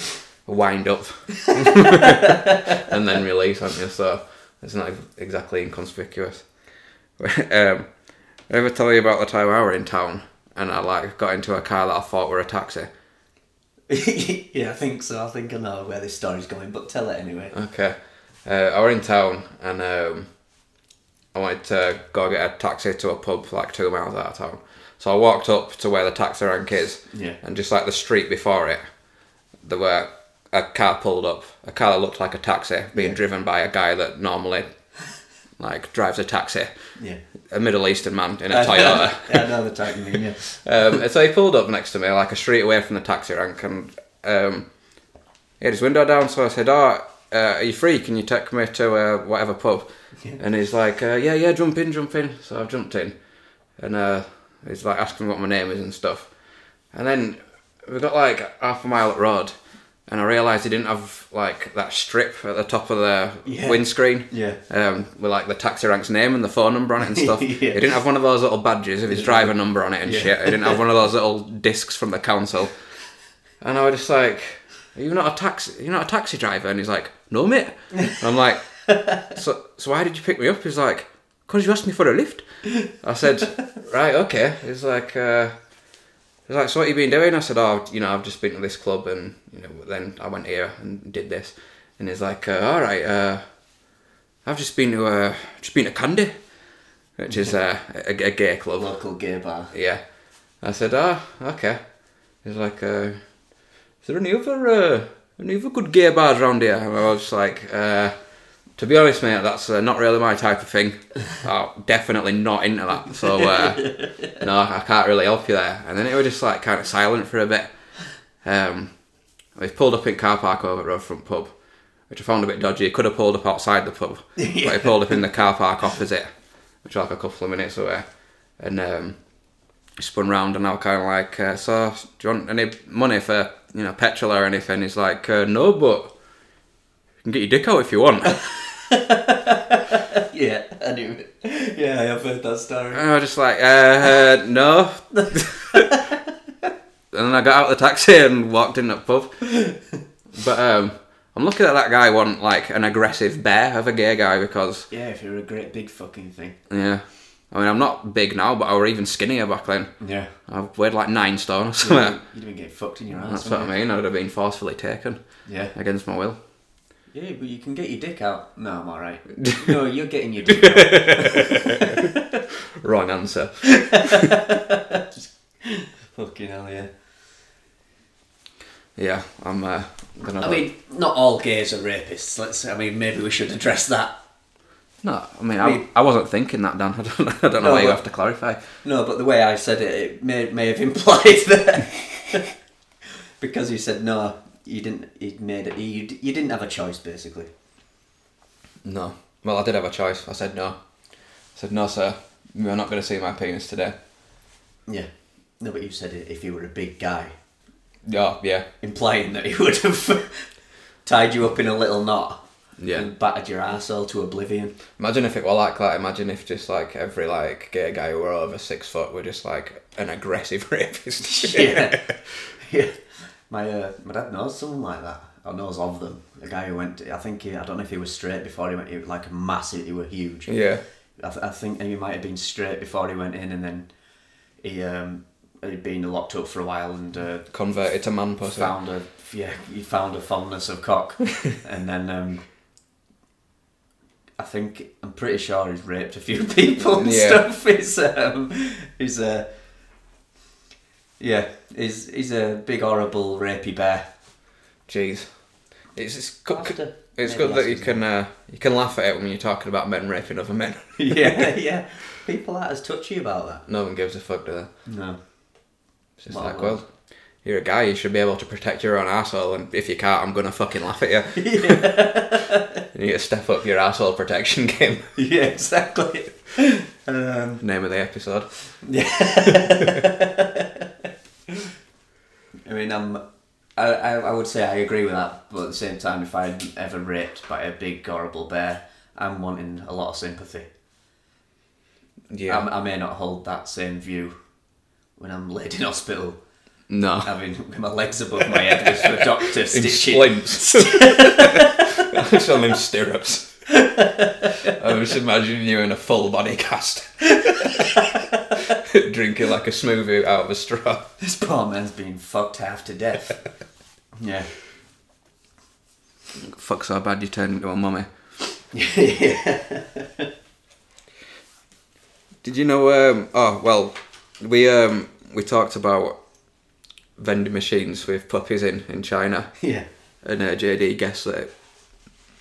[SPEAKER 1] wind up and then release, haven't you? So it's not exactly inconspicuous. um, did I ever tell you about the time I were in town and I like got into a car that I thought were a taxi?
[SPEAKER 2] yeah, I think so. I think I know where this story's going, but tell it anyway.
[SPEAKER 1] Okay. Uh, I were in town and um, I wanted to go get a taxi to a pub like two miles out of town. So I walked up to where the taxi rank is.
[SPEAKER 2] Yeah.
[SPEAKER 1] And just like the street before it, there were a car pulled up, a car that looked like a taxi being driven by a guy that normally like drives a taxi,
[SPEAKER 2] Yeah.
[SPEAKER 1] a Middle Eastern man in a
[SPEAKER 2] Uh,
[SPEAKER 1] Toyota.
[SPEAKER 2] yeah, I know the type you mean, yeah.
[SPEAKER 1] Um, and so he pulled up next to me, like a street away from the taxi rank, and um, he had his window down. So I said, "Oh, uh, are you free? Can you take me to uh, whatever pub?" And he's like, uh, "Yeah, yeah, jump in, jump in." So I've jumped in, and uh, he's like asking what my name is and stuff. And then we got like half a mile up road, and I realised he didn't have like that strip at the top of the
[SPEAKER 2] Yeah.
[SPEAKER 1] windscreen.
[SPEAKER 2] Yeah.
[SPEAKER 1] Um, with like the taxi rank's name and the phone number on it and stuff.
[SPEAKER 2] Yeah.
[SPEAKER 1] He didn't have one of those little badges of his driver number on it and
[SPEAKER 2] Yeah.
[SPEAKER 1] shit. I didn't have one of those little discs from the council. And I was just like, Are you not a taxi you're not a taxi driver? And he's like, No mate. And I'm like, So so why did you pick me up? He's like, Because you asked me for a lift. I said, Right, okay. He's like, uh He's like, so what you been doing? I said, oh, you know, I've just been to this club and, you know, then I went here and did this. And he's like, uh, all right, uh, I've just been to, uh, just been to Candy. which is uh, a, a gay club.
[SPEAKER 2] Local gay bar.
[SPEAKER 1] Yeah. I said, ah, okay. He's like, uh, is there any other, uh, any other good gay bars around here? And I was just like, uh, to be honest, mate, that's uh, not really my type of thing. oh, definitely not into that. So, uh, no, I can't really help you there. And then it was just like kind of silent for a bit. Um, we pulled up in car park over at Roadfront Pub, which I found a bit dodgy. He could have pulled up outside the pub, but he pulled up in the car park opposite, which was like a couple of minutes away. And um, he spun round and I was kind of like, uh, so do you want any money for you know petrol or anything? He's like, uh, no, but you can get your dick out if you want. and
[SPEAKER 2] Yeah, I knew it. Yeah, I've heard that story.
[SPEAKER 1] I was just like, uh, uh, no. and then I got out of the taxi and walked in the pub. But um, I'm lucky that that guy wasn't like an aggressive bear of a gay guy because
[SPEAKER 2] Yeah, if you're a great big fucking thing.
[SPEAKER 1] yeah, I mean I'm not big now, but I were even skinnier back then.
[SPEAKER 2] Yeah.
[SPEAKER 1] I weighed like nine stone or something.
[SPEAKER 2] You'd even get fucked in your ass.
[SPEAKER 1] That's what I mean. I'd have been forcefully taken
[SPEAKER 2] Yeah.
[SPEAKER 1] against my will.
[SPEAKER 2] Yeah, but you can get your dick out. No, I'm alright. No, you're getting your dick out.
[SPEAKER 1] Wrong answer.
[SPEAKER 2] fucking hell, yeah.
[SPEAKER 1] Yeah, I'm uh, gonna.
[SPEAKER 2] I mean, not all gays are rapists. Let's. I mean, maybe we should address that.
[SPEAKER 1] no, I mean,
[SPEAKER 2] I
[SPEAKER 1] I,
[SPEAKER 2] mean-
[SPEAKER 1] I wasn't thinking that, Dan. I don't, I don't know
[SPEAKER 2] No,
[SPEAKER 1] why you
[SPEAKER 2] but-
[SPEAKER 1] have to clarify.
[SPEAKER 2] No, but the way I said it, it may, may have implied that because you said no, you didn't. You made it. You, d- you didn't have a choice, basically.
[SPEAKER 1] No. Well, I did have a choice. I said no. I said no, sir. You're not going to see my penis today.
[SPEAKER 2] Yeah. No, but you said it if you were a big guy,
[SPEAKER 1] Yeah, yeah,
[SPEAKER 2] implying that he would have tied you up in a little knot.
[SPEAKER 1] Yeah.
[SPEAKER 2] And battered your arsehole to oblivion.
[SPEAKER 1] Imagine if it were like that. Imagine if just like every like gay guy who were over six foot were just like an aggressive rapist.
[SPEAKER 2] yeah. yeah. My uh, my dad knows someone like that. Or knows of them. A guy who went. To, I think he, I don't know if he was straight before he went. He was like massive. He was huge.
[SPEAKER 1] yeah.
[SPEAKER 2] I, th- I think he might have been straight before he went in, and then he um he'd been locked up for a while and uh,
[SPEAKER 1] Converted to man pussy.
[SPEAKER 2] found a yeah he found a fondness of cock, and then um I think I'm pretty sure he's raped a few people and
[SPEAKER 1] Yeah.
[SPEAKER 2] stuff. He's um he's a yeah he's he's a big horrible rapey bear.
[SPEAKER 1] Jeez. It's it's, co-
[SPEAKER 2] After-
[SPEAKER 1] it's
[SPEAKER 2] maybe
[SPEAKER 1] good that
[SPEAKER 2] after
[SPEAKER 1] you can uh, you can laugh at it when you're talking about men raping other men.
[SPEAKER 2] yeah yeah people aren't as touchy about that.
[SPEAKER 1] no one gives a fuck, do they?
[SPEAKER 2] No.
[SPEAKER 1] It's just
[SPEAKER 2] Well,
[SPEAKER 1] like,
[SPEAKER 2] well.
[SPEAKER 1] well, you're a guy, you should be able to protect your own asshole, and if you can't, I'm gonna fucking laugh at you. you need to step up your asshole protection game.
[SPEAKER 2] Yeah, exactly. Um,
[SPEAKER 1] Name of the episode.
[SPEAKER 2] I mean, I'm, I, I, I would say I agree with that, but at the same time, if I'm ever raped by a big, horrible bear, I'm wanting a lot of sympathy.
[SPEAKER 1] Yeah.
[SPEAKER 2] I'm, I may not hold that same view when I'm laid in hospital,
[SPEAKER 1] no.
[SPEAKER 2] having my legs above my head with the doctor
[SPEAKER 1] In
[SPEAKER 2] stitching.
[SPEAKER 1] splints. Some in stirrups. I was imagining you in a full body cast, drinking like a smoothie out of a straw.
[SPEAKER 2] This poor man's being fucked half to death. yeah.
[SPEAKER 1] Fuck so bad you turned into a mummy. Did you know? Um, oh well, we um, we talked about vending machines with puppies in in China,
[SPEAKER 2] Yeah.
[SPEAKER 1] and uh, JD guessed that it,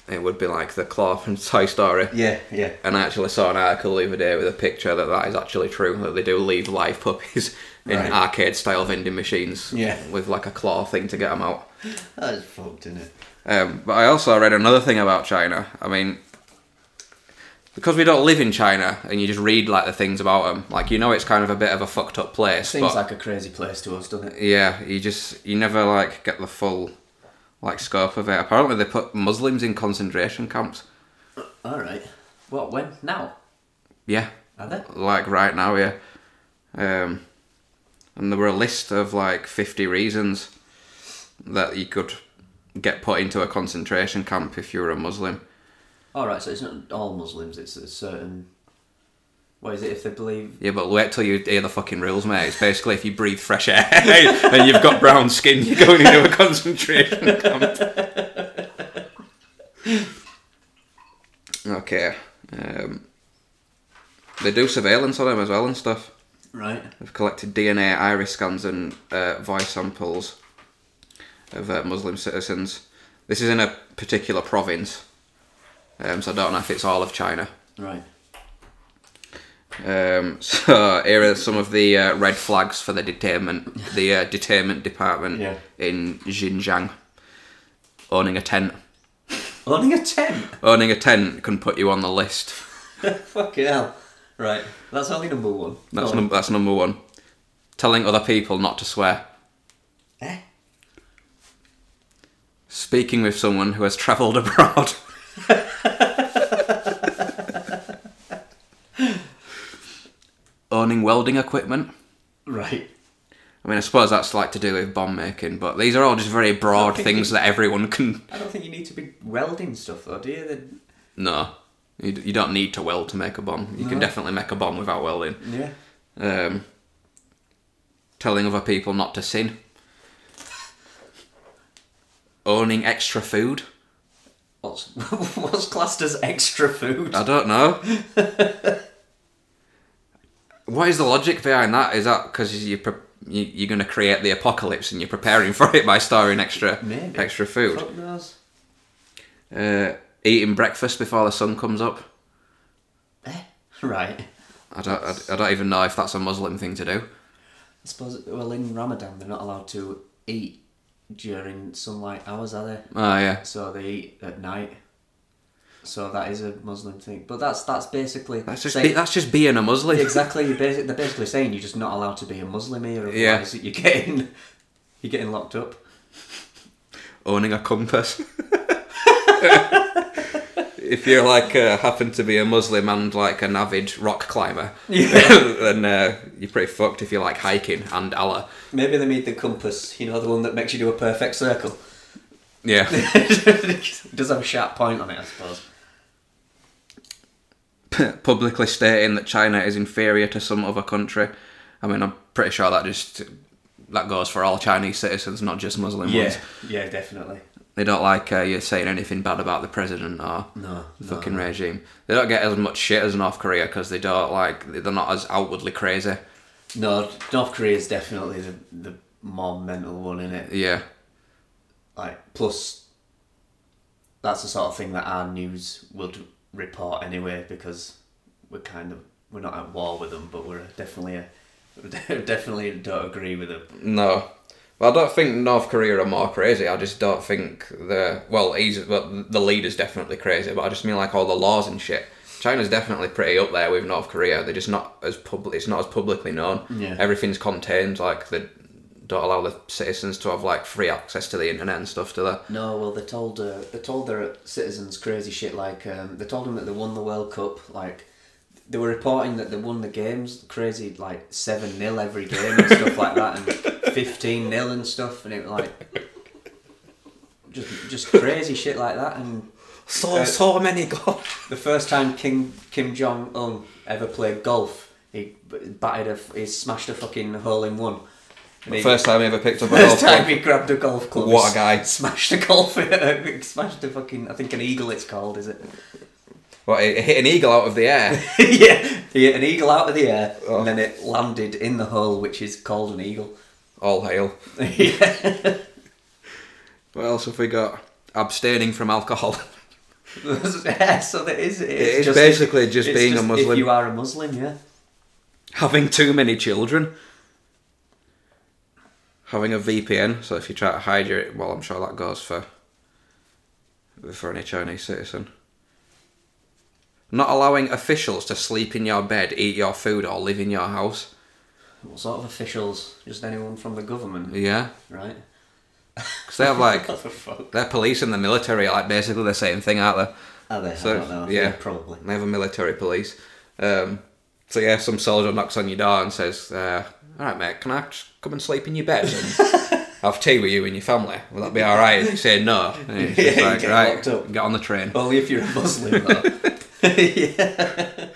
[SPEAKER 1] it would be like the claw from Toy Story.
[SPEAKER 2] Yeah, yeah.
[SPEAKER 1] And I actually saw an article the other day with a picture that that is actually true that they do leave live puppies in
[SPEAKER 2] Right.
[SPEAKER 1] arcade style vending machines.
[SPEAKER 2] Yeah.
[SPEAKER 1] with like a claw thing to get them out.
[SPEAKER 2] That's fucked, isn't it?
[SPEAKER 1] Um, but I also read another thing about China. I mean, because we don't live in China, and you just read like the things about them, like you know, it's kind of a bit of a fucked up place.
[SPEAKER 2] Seems
[SPEAKER 1] but
[SPEAKER 2] like a crazy place to us, doesn't it?
[SPEAKER 1] yeah, you just you never like get the full like scope of it. Apparently, they put Muslims in concentration camps.
[SPEAKER 2] Alright. What, when? Now?
[SPEAKER 1] Yeah,
[SPEAKER 2] Are they?
[SPEAKER 1] like right now, yeah. Um, and there were a list of like fifty reasons that you could get put into a concentration camp if you were a Muslim.
[SPEAKER 2] Alright, so it's not all Muslims, it's a certain. What is it, if they believe.
[SPEAKER 1] Yeah, but wait till you hear the fucking rules, mate. It's basically if you breathe fresh air and you've got brown skin, you're going into a concentration camp. Okay. Um, They do surveillance on him as well and stuff.
[SPEAKER 2] Right.
[SPEAKER 1] They've collected DNA, iris scans, and uh, voice samples of uh, Muslim citizens. This is in a particular province, um, so I don't know if it's all of China.
[SPEAKER 2] Right.
[SPEAKER 1] Um, so here are some of the uh, red flags for the detainment, the uh, detainment department
[SPEAKER 2] Yeah.
[SPEAKER 1] in Xinjiang. Owning a tent,
[SPEAKER 2] Owning a tent.
[SPEAKER 1] owning a tent can put you on the list.
[SPEAKER 2] Fucking hell. Right. That's only number one.
[SPEAKER 1] That's
[SPEAKER 2] Go on.
[SPEAKER 1] num- that's number one. Telling other people not to swear.
[SPEAKER 2] Eh?
[SPEAKER 1] Speaking with someone who has travelled abroad. Owning welding equipment.
[SPEAKER 2] Right.
[SPEAKER 1] I mean, I suppose that's like to do with bomb making, but these are all just very broad
[SPEAKER 2] think
[SPEAKER 1] things that everyone can.
[SPEAKER 2] I don't think you need to be welding stuff though, do you? Then-
[SPEAKER 1] No, you, d- you don't need to weld to make a bomb. You can definitely make a bomb without welding.
[SPEAKER 2] Yeah.
[SPEAKER 1] Um, telling other people not to sin. Owning extra food.
[SPEAKER 2] What's what's classed as extra food?
[SPEAKER 1] I don't know. what is the logic behind that? Is that because you pre- you- you're going to create the apocalypse and you're preparing for it by storing extra
[SPEAKER 2] Maybe.
[SPEAKER 1] extra food?
[SPEAKER 2] Fuck knows.
[SPEAKER 1] Uh, eating breakfast before the sun comes up.
[SPEAKER 2] Eh? Right. I
[SPEAKER 1] I don't. I, I don't even know if that's a Muslim thing to do.
[SPEAKER 2] suppose well in Ramadan they're not allowed to eat during sunlight hours, are they?
[SPEAKER 1] Oh yeah,
[SPEAKER 2] So they eat at night. So that is a Muslim thing, but that's that's basically
[SPEAKER 1] that's just
[SPEAKER 2] say-
[SPEAKER 1] be, that's just being a Muslim.
[SPEAKER 2] exactly. You're basi- they're basically saying you're just not allowed to be a Muslim here.
[SPEAKER 1] Yeah.
[SPEAKER 2] Otherwise you're getting you're getting locked up.
[SPEAKER 1] Owning a compass. if you're like uh, happen to be a Muslim and like an avid rock climber, then uh, you're pretty fucked if you like hiking and Allah.
[SPEAKER 2] Maybe they made the compass. You know, the one that makes you do a perfect circle.
[SPEAKER 1] Yeah.
[SPEAKER 2] it does have a sharp point on it, I suppose.
[SPEAKER 1] Publicly stating that China is inferior to some other country. I mean, I'm pretty sure that just that goes for all Chinese citizens, not just Muslim ones.
[SPEAKER 2] yeah, definitely.
[SPEAKER 1] They don't like uh, you saying anything bad about the president or
[SPEAKER 2] No,
[SPEAKER 1] the fucking regime. They don't get as much shit as North Korea because they don't like they're not as outwardly crazy.
[SPEAKER 2] No, North Korea is definitely the the more mental one in it.
[SPEAKER 1] Yeah,
[SPEAKER 2] Like, plus, that's the sort of thing that our news would report anyway because we're kind of we're not at war with them, but we're definitely a, definitely don't agree with them.
[SPEAKER 1] no. Well, I don't think North Korea are more crazy. I just don't think the well, he's well, the leader's definitely crazy, but I just mean like all the laws and shit. China's definitely pretty up there with North Korea. They're just not as public. It's not as publicly known.
[SPEAKER 2] Yeah.
[SPEAKER 1] Everything's contained. Like they don't allow the citizens to have like free access to the internet and stuff. Do they?
[SPEAKER 2] No, well, they told uh, they told their citizens crazy shit. Like um, they told them that they won the World Cup. Like they were reporting that they won the games crazy, like seven 0 every game and stuff like that, and fifteen 0 and stuff. And it was like just just crazy shit like that. And
[SPEAKER 1] So
[SPEAKER 2] Uh,
[SPEAKER 1] so many goals.
[SPEAKER 2] the first time Kim Kim Jong Un ever played golf, he b- batted a f- he smashed a fucking hole in one. And he-
[SPEAKER 1] First time I ever picked up a golf
[SPEAKER 2] First time
[SPEAKER 1] club.
[SPEAKER 2] he grabbed a golf club.
[SPEAKER 1] What a
[SPEAKER 2] s-
[SPEAKER 1] guy.
[SPEAKER 2] Smashed a golf. smashed a fucking. I think an eagle. It's called, is it?
[SPEAKER 1] Well, it it hit an eagle out of the air.
[SPEAKER 2] yeah. He hit an eagle out of the air,
[SPEAKER 1] Oh.
[SPEAKER 2] and then it landed in the hole, which is called an eagle.
[SPEAKER 1] All hail.
[SPEAKER 2] yeah.
[SPEAKER 1] What else have we got? Abstaining from alcohol.
[SPEAKER 2] yeah. So that is. It
[SPEAKER 1] is basically just
[SPEAKER 2] it's
[SPEAKER 1] being a Muslim.
[SPEAKER 2] If you are a Muslim, yeah.
[SPEAKER 1] Having too many children. Having a VPN, so if you try to hide your well, I'm sure that goes for for any Chinese citizen. Not allowing officials to sleep in your bed, eat your food, or live in your house.
[SPEAKER 2] What sort of officials? Just anyone from the government,
[SPEAKER 1] Yeah,
[SPEAKER 2] right?
[SPEAKER 1] because they have like
[SPEAKER 2] What the fuck?
[SPEAKER 1] their police and the military are like basically the same thing, aren't they?
[SPEAKER 2] Are Oh, they?
[SPEAKER 1] So,
[SPEAKER 2] I don't know.
[SPEAKER 1] yeah.
[SPEAKER 2] probably.
[SPEAKER 1] They have a military police. Um, so yeah, some soldier knocks on your door and says, uh, "All right, mate, can I just come and sleep in your bed and have tea with you and your family? Will that be all right?" And you say no. And he's just
[SPEAKER 2] Yeah, you
[SPEAKER 1] like,
[SPEAKER 2] get
[SPEAKER 1] right,
[SPEAKER 2] locked up."
[SPEAKER 1] get on the train.
[SPEAKER 2] Only if you're a Muslim, though. yeah.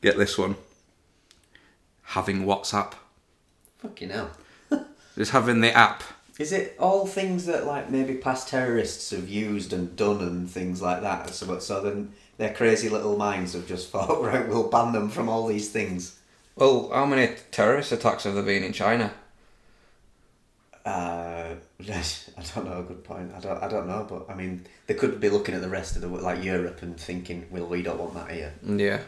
[SPEAKER 1] Get this one. Having WhatsApp,
[SPEAKER 2] Fucking hell.
[SPEAKER 1] just having the app
[SPEAKER 2] Is it all things that like maybe past terrorists have used and done and things like that? So, so then their crazy little minds have just thought, right, we'll ban them from all these things.
[SPEAKER 1] Well, how many terrorist attacks have there been in China?
[SPEAKER 2] Uh, I don't know. Good point. I don't. I don't know. But I mean, they could be looking at the rest of the wo- like Europe and thinking, well, we don't want that here.
[SPEAKER 1] Yeah,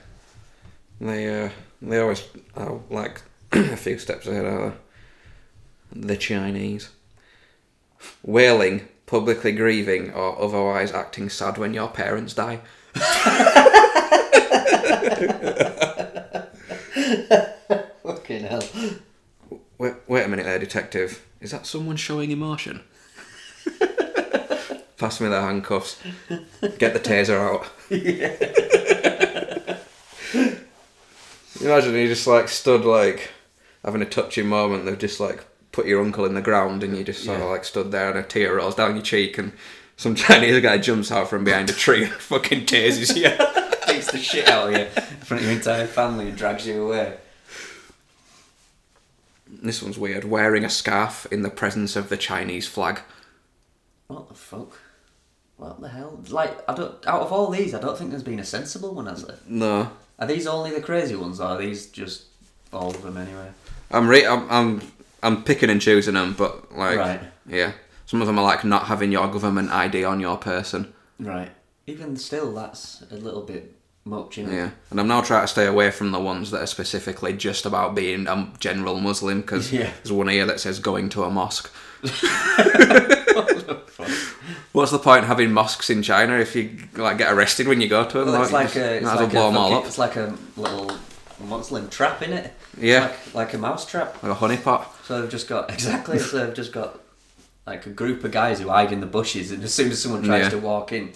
[SPEAKER 1] they uh, they always are like a few steps ahead of the Chinese. Wailing, publicly grieving, or otherwise acting sad when your parents die.
[SPEAKER 2] Fucking hell.
[SPEAKER 1] Wait, wait a minute, there, detective. Is that someone showing emotion? Pass me the handcuffs. Get the taser out. Imagine you just like stood like having a touching moment. They've just like put your uncle in the ground, and you just sort of like stood there, and a tear rolls down your cheek, and some Chinese guy jumps out from behind a tree and fucking tases you.
[SPEAKER 2] Beats the shit out of you in front of your entire family and drags you away.
[SPEAKER 1] this one's weird. Wearing a scarf in the presence of the Chinese flag.
[SPEAKER 2] What the fuck? What the hell? Like, I don't. Out of all these, I don't think there's been a sensible one, has there?
[SPEAKER 1] No,
[SPEAKER 2] Are these only the crazy ones, or are these just all of them anyway?
[SPEAKER 1] I'm re- I'm, I'm I'm picking and choosing them, but like,
[SPEAKER 2] Right.
[SPEAKER 1] yeah, some of them are like not having your government ID on your person.
[SPEAKER 2] Right. Even still, that's a little bit much, isn't
[SPEAKER 1] Yeah, and I'm now trying to stay away from the ones that are specifically just about being a general Muslim because
[SPEAKER 2] Yeah.
[SPEAKER 1] there's one here that says going to a mosque.
[SPEAKER 2] it? Fuck.
[SPEAKER 1] What's the point of having mosques in China if you like get arrested when you go to them?
[SPEAKER 2] Well, it's like
[SPEAKER 1] just
[SPEAKER 2] a, it's
[SPEAKER 1] might as
[SPEAKER 2] like
[SPEAKER 1] well blow
[SPEAKER 2] a
[SPEAKER 1] them all
[SPEAKER 2] fucking-
[SPEAKER 1] up.
[SPEAKER 2] It's like a little Muslim trap in it.
[SPEAKER 1] Yeah.
[SPEAKER 2] Like, like a mouse trap.
[SPEAKER 1] Like a honeypot.
[SPEAKER 2] So they've just got exactly. so they've just got like a group of guys who hide in the bushes, and as soon as someone tries
[SPEAKER 1] Yeah.
[SPEAKER 2] to walk in,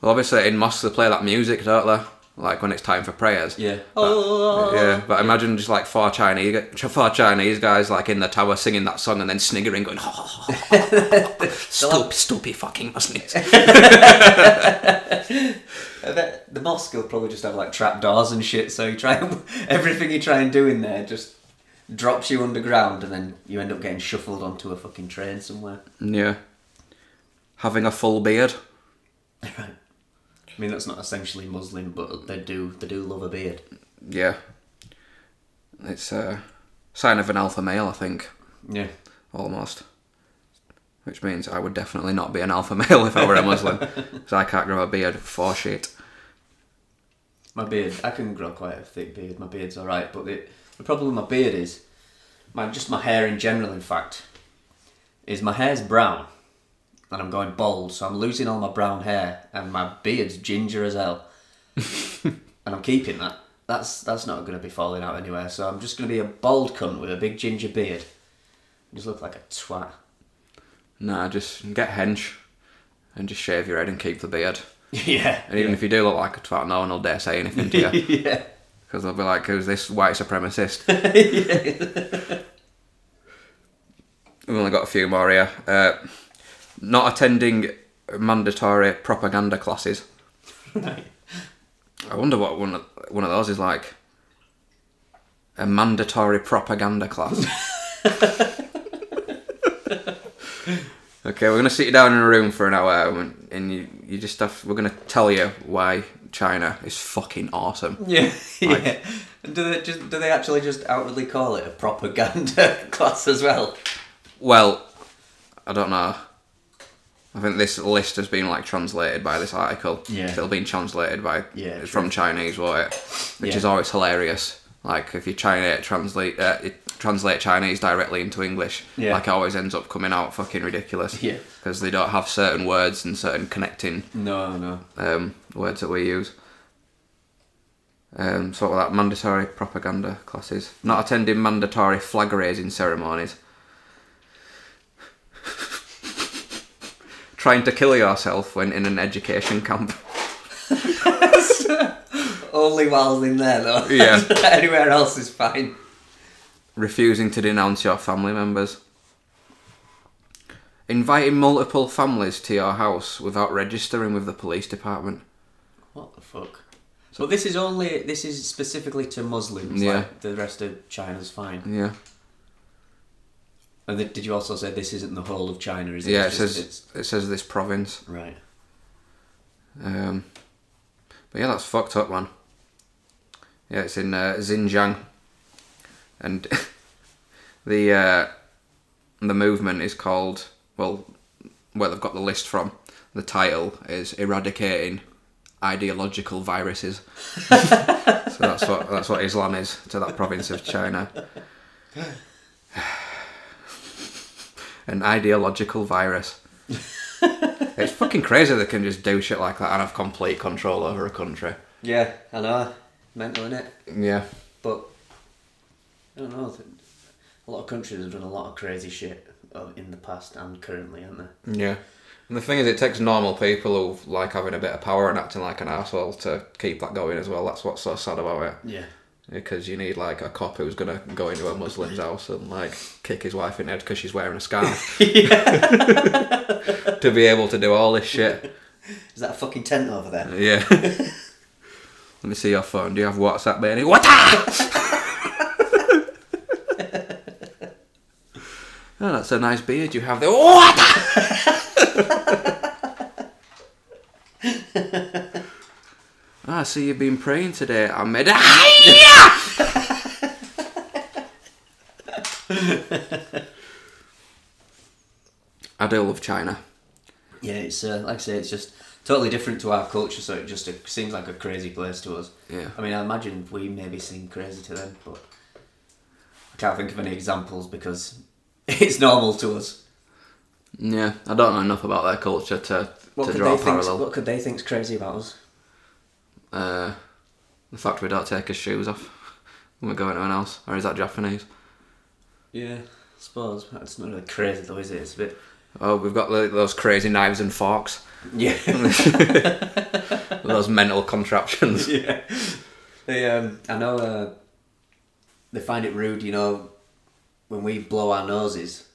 [SPEAKER 1] Well, obviously in mosques they play that music, don't they? Like when it's time for prayers.
[SPEAKER 2] yeah. Oh.
[SPEAKER 1] Yeah, but imagine just like four Chinese, four Chinese guys like in the tower singing that song and then sniggering, going, "Stupid, stupid fucking Muslims."
[SPEAKER 2] I bet the mosque will probably just have like trap doors and shit. So you try and, everything you try and do in there just drops you underground, and then you end up getting shuffled onto a fucking train somewhere.
[SPEAKER 1] yeah, having a full beard.
[SPEAKER 2] I mean, that's not essentially Muslim, but they do they do love a beard.
[SPEAKER 1] Yeah, it's a sign of an alpha male, I think,
[SPEAKER 2] Yeah.
[SPEAKER 1] almost. Which means I would definitely not be an alpha male if I were a Muslim, because I can't grow a beard for shit.
[SPEAKER 2] My beard, I can grow quite a thick beard. My beard's all right, but the, the problem with my beard is, my just my hair in general. In fact, is my hair's brown, and I'm going bald, so I'm losing all my brown hair, and my beard's ginger as hell, and I'm keeping that. That's that's not going to be falling out anywhere. So I'm just going to be a bald cunt with a big ginger beard. I just look like a twat.
[SPEAKER 1] Nah, just get hench, and just shave your head and keep the beard.
[SPEAKER 2] yeah.
[SPEAKER 1] And even if you do look like a twat, no one will dare say anything to you.
[SPEAKER 2] yeah.
[SPEAKER 1] Because they'll be like, who's this white supremacist? We've only got a few more here. Uh, not attending mandatory propaganda classes. I wonder what one of, one of those is like. A mandatory propaganda class. okay, we're gonna sit you down in a room for an hour, and, and you, you just have. We're gonna tell you why China is fucking awesome.
[SPEAKER 2] Yeah, yeah. And do they just do they actually just outwardly call it a propaganda class as well?
[SPEAKER 1] Well, I don't know. I think this list has been like translated by this article.
[SPEAKER 2] Yeah.
[SPEAKER 1] It's still been translated by
[SPEAKER 2] Yeah,
[SPEAKER 1] it's
[SPEAKER 2] true.
[SPEAKER 1] from Chinese, wasn't it? Which
[SPEAKER 2] Yeah.
[SPEAKER 1] is always hilarious. Like if you try and translate uh, you translate Chinese directly into English,
[SPEAKER 2] Yeah.
[SPEAKER 1] like it always ends up coming out fucking ridiculous.
[SPEAKER 2] Yeah.
[SPEAKER 1] Because they don't have certain words and certain connecting
[SPEAKER 2] No, no.
[SPEAKER 1] um, words that we use. Um, sort of that mandatory propaganda classes. Not attending mandatory flag raising ceremonies. Trying to kill yourself when in an education camp.
[SPEAKER 2] Only while in there though.
[SPEAKER 1] Yeah.
[SPEAKER 2] Anywhere else is fine.
[SPEAKER 1] Refusing to denounce your family members. Inviting multiple families to your house without registering with the police department.
[SPEAKER 2] What the fuck? but this is only this is specifically to Muslims.
[SPEAKER 1] Yeah.
[SPEAKER 2] Like the rest of China's fine.
[SPEAKER 1] Yeah.
[SPEAKER 2] Oh, th- did you also say this isn't the whole of China? Is it?
[SPEAKER 1] Yeah, it
[SPEAKER 2] It's just-
[SPEAKER 1] says
[SPEAKER 2] it's-
[SPEAKER 1] it says this province.
[SPEAKER 2] right.
[SPEAKER 1] Um, but yeah, that's fucked up, man. Yeah, it's in uh, Xinjiang, and the uh, the movement is called well, where they've got the list from. The title is "Eradicating Ideological Viruses." so that's what that's what Islam is to that province of China. An ideological virus. It's fucking crazy they can just do shit like that and have complete control over a country.
[SPEAKER 2] Yeah, I know. Mental, innit?
[SPEAKER 1] Yeah.
[SPEAKER 2] But I don't know. th- A lot of countries have done a lot of crazy shit uh, in the past and currently, haven't they?
[SPEAKER 1] Yeah. And the thing is, it takes normal people who like having a bit of power and acting like an asshole to keep that going as well. That's what's so sad about it.
[SPEAKER 2] Yeah.
[SPEAKER 1] Because you need like a cop who's gonna go into a Muslim's house and like kick his wife in the head because she's wearing a scarf to be able to do all this shit.
[SPEAKER 2] Is that a fucking tent over there?
[SPEAKER 1] Yeah. Let me see your phone. Do you have WhatsApp, mate? What? Ah! oh, that's a nice beard you have there. What? Ah, I see you've been praying today, Ahmed. Hiya! I do love China.
[SPEAKER 2] Yeah, it's uh, like I say, it's just totally different to our culture, so it just uh, seems like a crazy place to us.
[SPEAKER 1] Yeah.
[SPEAKER 2] I mean, I imagine we maybe seem crazy to them, but I can't think of any examples because it's normal to us.
[SPEAKER 1] Yeah, I don't know enough about their culture to,
[SPEAKER 2] What
[SPEAKER 1] to
[SPEAKER 2] could
[SPEAKER 1] draw
[SPEAKER 2] they
[SPEAKER 1] a
[SPEAKER 2] think?
[SPEAKER 1] parallel.
[SPEAKER 2] What could they think's crazy about us?
[SPEAKER 1] uh, the fact we don't take his shoes off when we go anyone else, or is that Japanese?
[SPEAKER 2] Yeah, I suppose it's not really crazy though, is it? It's a bit.
[SPEAKER 1] Oh, we've got tho- those crazy knives and forks,
[SPEAKER 2] Yeah.
[SPEAKER 1] those mental contraptions.
[SPEAKER 2] yeah. They, um, I know uh, they find it rude, you know, when we blow our noses,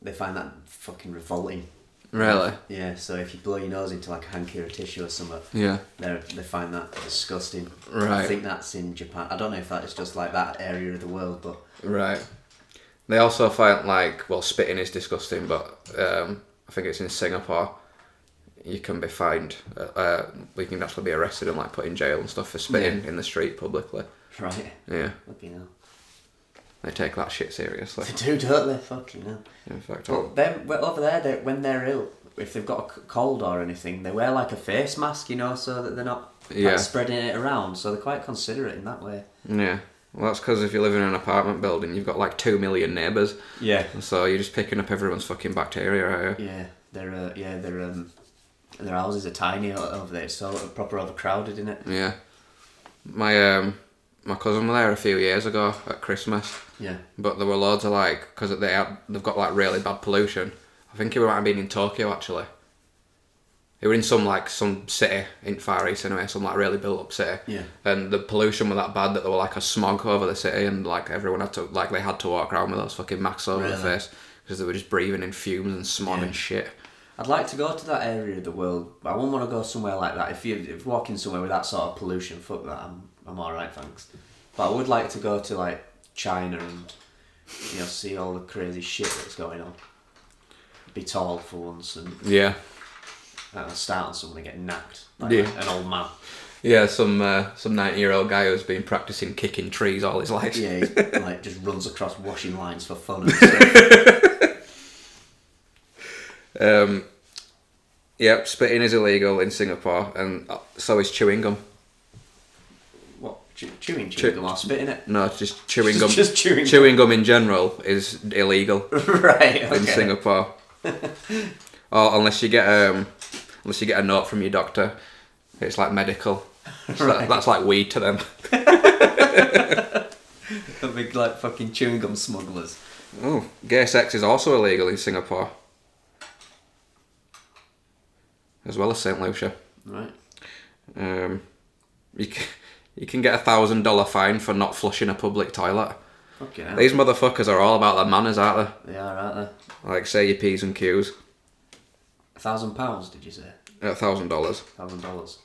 [SPEAKER 2] they find that fucking revolting.
[SPEAKER 1] Really?
[SPEAKER 2] Yeah, so if you blow your nose into like a hanky or a tissue or something,
[SPEAKER 1] Yeah.
[SPEAKER 2] they they find that disgusting.
[SPEAKER 1] Right.
[SPEAKER 2] I think that's in Japan. I don't know if that is just like that area of the world, but
[SPEAKER 1] Right. They also find like well, spitting is disgusting, but um, I think it's in Singapore. You can be fined. uh, Uh, you can actually be arrested and like put in jail and stuff for spitting in the street publicly.
[SPEAKER 2] right.
[SPEAKER 1] Yeah,
[SPEAKER 2] Fucking hell.
[SPEAKER 1] they take that shit seriously.
[SPEAKER 2] They do, don't they? Fucking hell.
[SPEAKER 1] In fact, all-
[SPEAKER 2] But them well, over there, they, when they're ill, if they've got a c- cold or anything, they wear like a face mask, you know, so that they're not like,
[SPEAKER 1] Yeah.
[SPEAKER 2] spreading it around. So they're quite considerate in that way.
[SPEAKER 1] Yeah. Well, that's because if you live in an apartment building, you've got like two million neighbours,
[SPEAKER 2] Yeah.
[SPEAKER 1] so you're just picking up everyone's fucking bacteria. Aren't you?
[SPEAKER 2] Yeah, they're uh, yeah they're um their houses are tiny o- over there, so proper overcrowded, isn't it?
[SPEAKER 1] Yeah. My um, my cousin was there a few years ago at Christmas,
[SPEAKER 2] Yeah.
[SPEAKER 1] but there were loads of like because they had, they've got like really bad pollution. I think it might have been in Tokyo actually. They were in some like some city in Far East anyway, some like really built up city.
[SPEAKER 2] Yeah.
[SPEAKER 1] And the pollution was that bad that there were like a smog over the city, and like everyone had to like they had to walk around with those fucking masks over their
[SPEAKER 2] Really?
[SPEAKER 1] face because they were just breathing in fumes and smog
[SPEAKER 2] Yeah.
[SPEAKER 1] and shit.
[SPEAKER 2] I'd like to go to that area of the world, but I wouldn't want to go somewhere like that. If you if walking somewhere with that sort of pollution, fuck that. I'm I'm all right, thanks. But I would like to go to like China and you know see all the crazy shit that's going on. Be tall for once and
[SPEAKER 1] Yeah.
[SPEAKER 2] uh, start on someone and get knocked like
[SPEAKER 1] Yeah.
[SPEAKER 2] an old man.
[SPEAKER 1] Yeah, some uh, some ninety year old guy who's been practicing kicking trees all his life.
[SPEAKER 2] Yeah, he's, like just runs across washing lines for fun. And stuff.
[SPEAKER 1] Um, yep, spitting is illegal in Singapore, and uh, so is chewing gum.
[SPEAKER 2] what chew- chewing chewing gum or spitting it?
[SPEAKER 1] No, it's just chewing gum.
[SPEAKER 2] Just chewing gum.
[SPEAKER 1] gum in general is illegal
[SPEAKER 2] right. Okay.
[SPEAKER 1] in Singapore. or unless you get um, unless you get a note from your doctor, it's like medical. So
[SPEAKER 2] Right.
[SPEAKER 1] that's like weed to them.
[SPEAKER 2] The big like fucking chewing gum smugglers.
[SPEAKER 1] Oh, gay sex is also illegal in Singapore, as well as Saint Lucia.
[SPEAKER 2] Right.
[SPEAKER 1] Um, you can, you can get a thousand dollar fine for not flushing a public toilet.
[SPEAKER 2] Fucking hell.
[SPEAKER 1] These motherfuckers are all about their manners, aren't
[SPEAKER 2] They are, aren't they?
[SPEAKER 1] they? Like say your p's and q's.
[SPEAKER 2] A thousand pounds, did you say?
[SPEAKER 1] A thousand dollars.
[SPEAKER 2] Thousand dollars.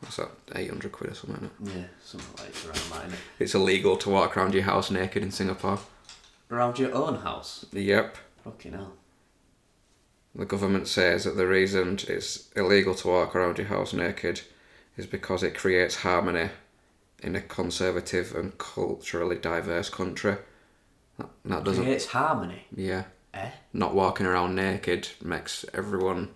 [SPEAKER 1] What's that? Eight hundred quid or something. Isn't it?
[SPEAKER 2] Yeah, something like around that, innit?
[SPEAKER 1] It's illegal to walk around your house naked in Singapore.
[SPEAKER 2] Around your own house.
[SPEAKER 1] Yep.
[SPEAKER 2] Fucking hell.
[SPEAKER 1] The government says that the reason it's illegal to walk around your house naked is because it creates harmony in a conservative and culturally diverse country. That, that doesn't.
[SPEAKER 2] Creates harmony.
[SPEAKER 1] Yeah.
[SPEAKER 2] Eh?
[SPEAKER 1] Not walking around naked makes everyone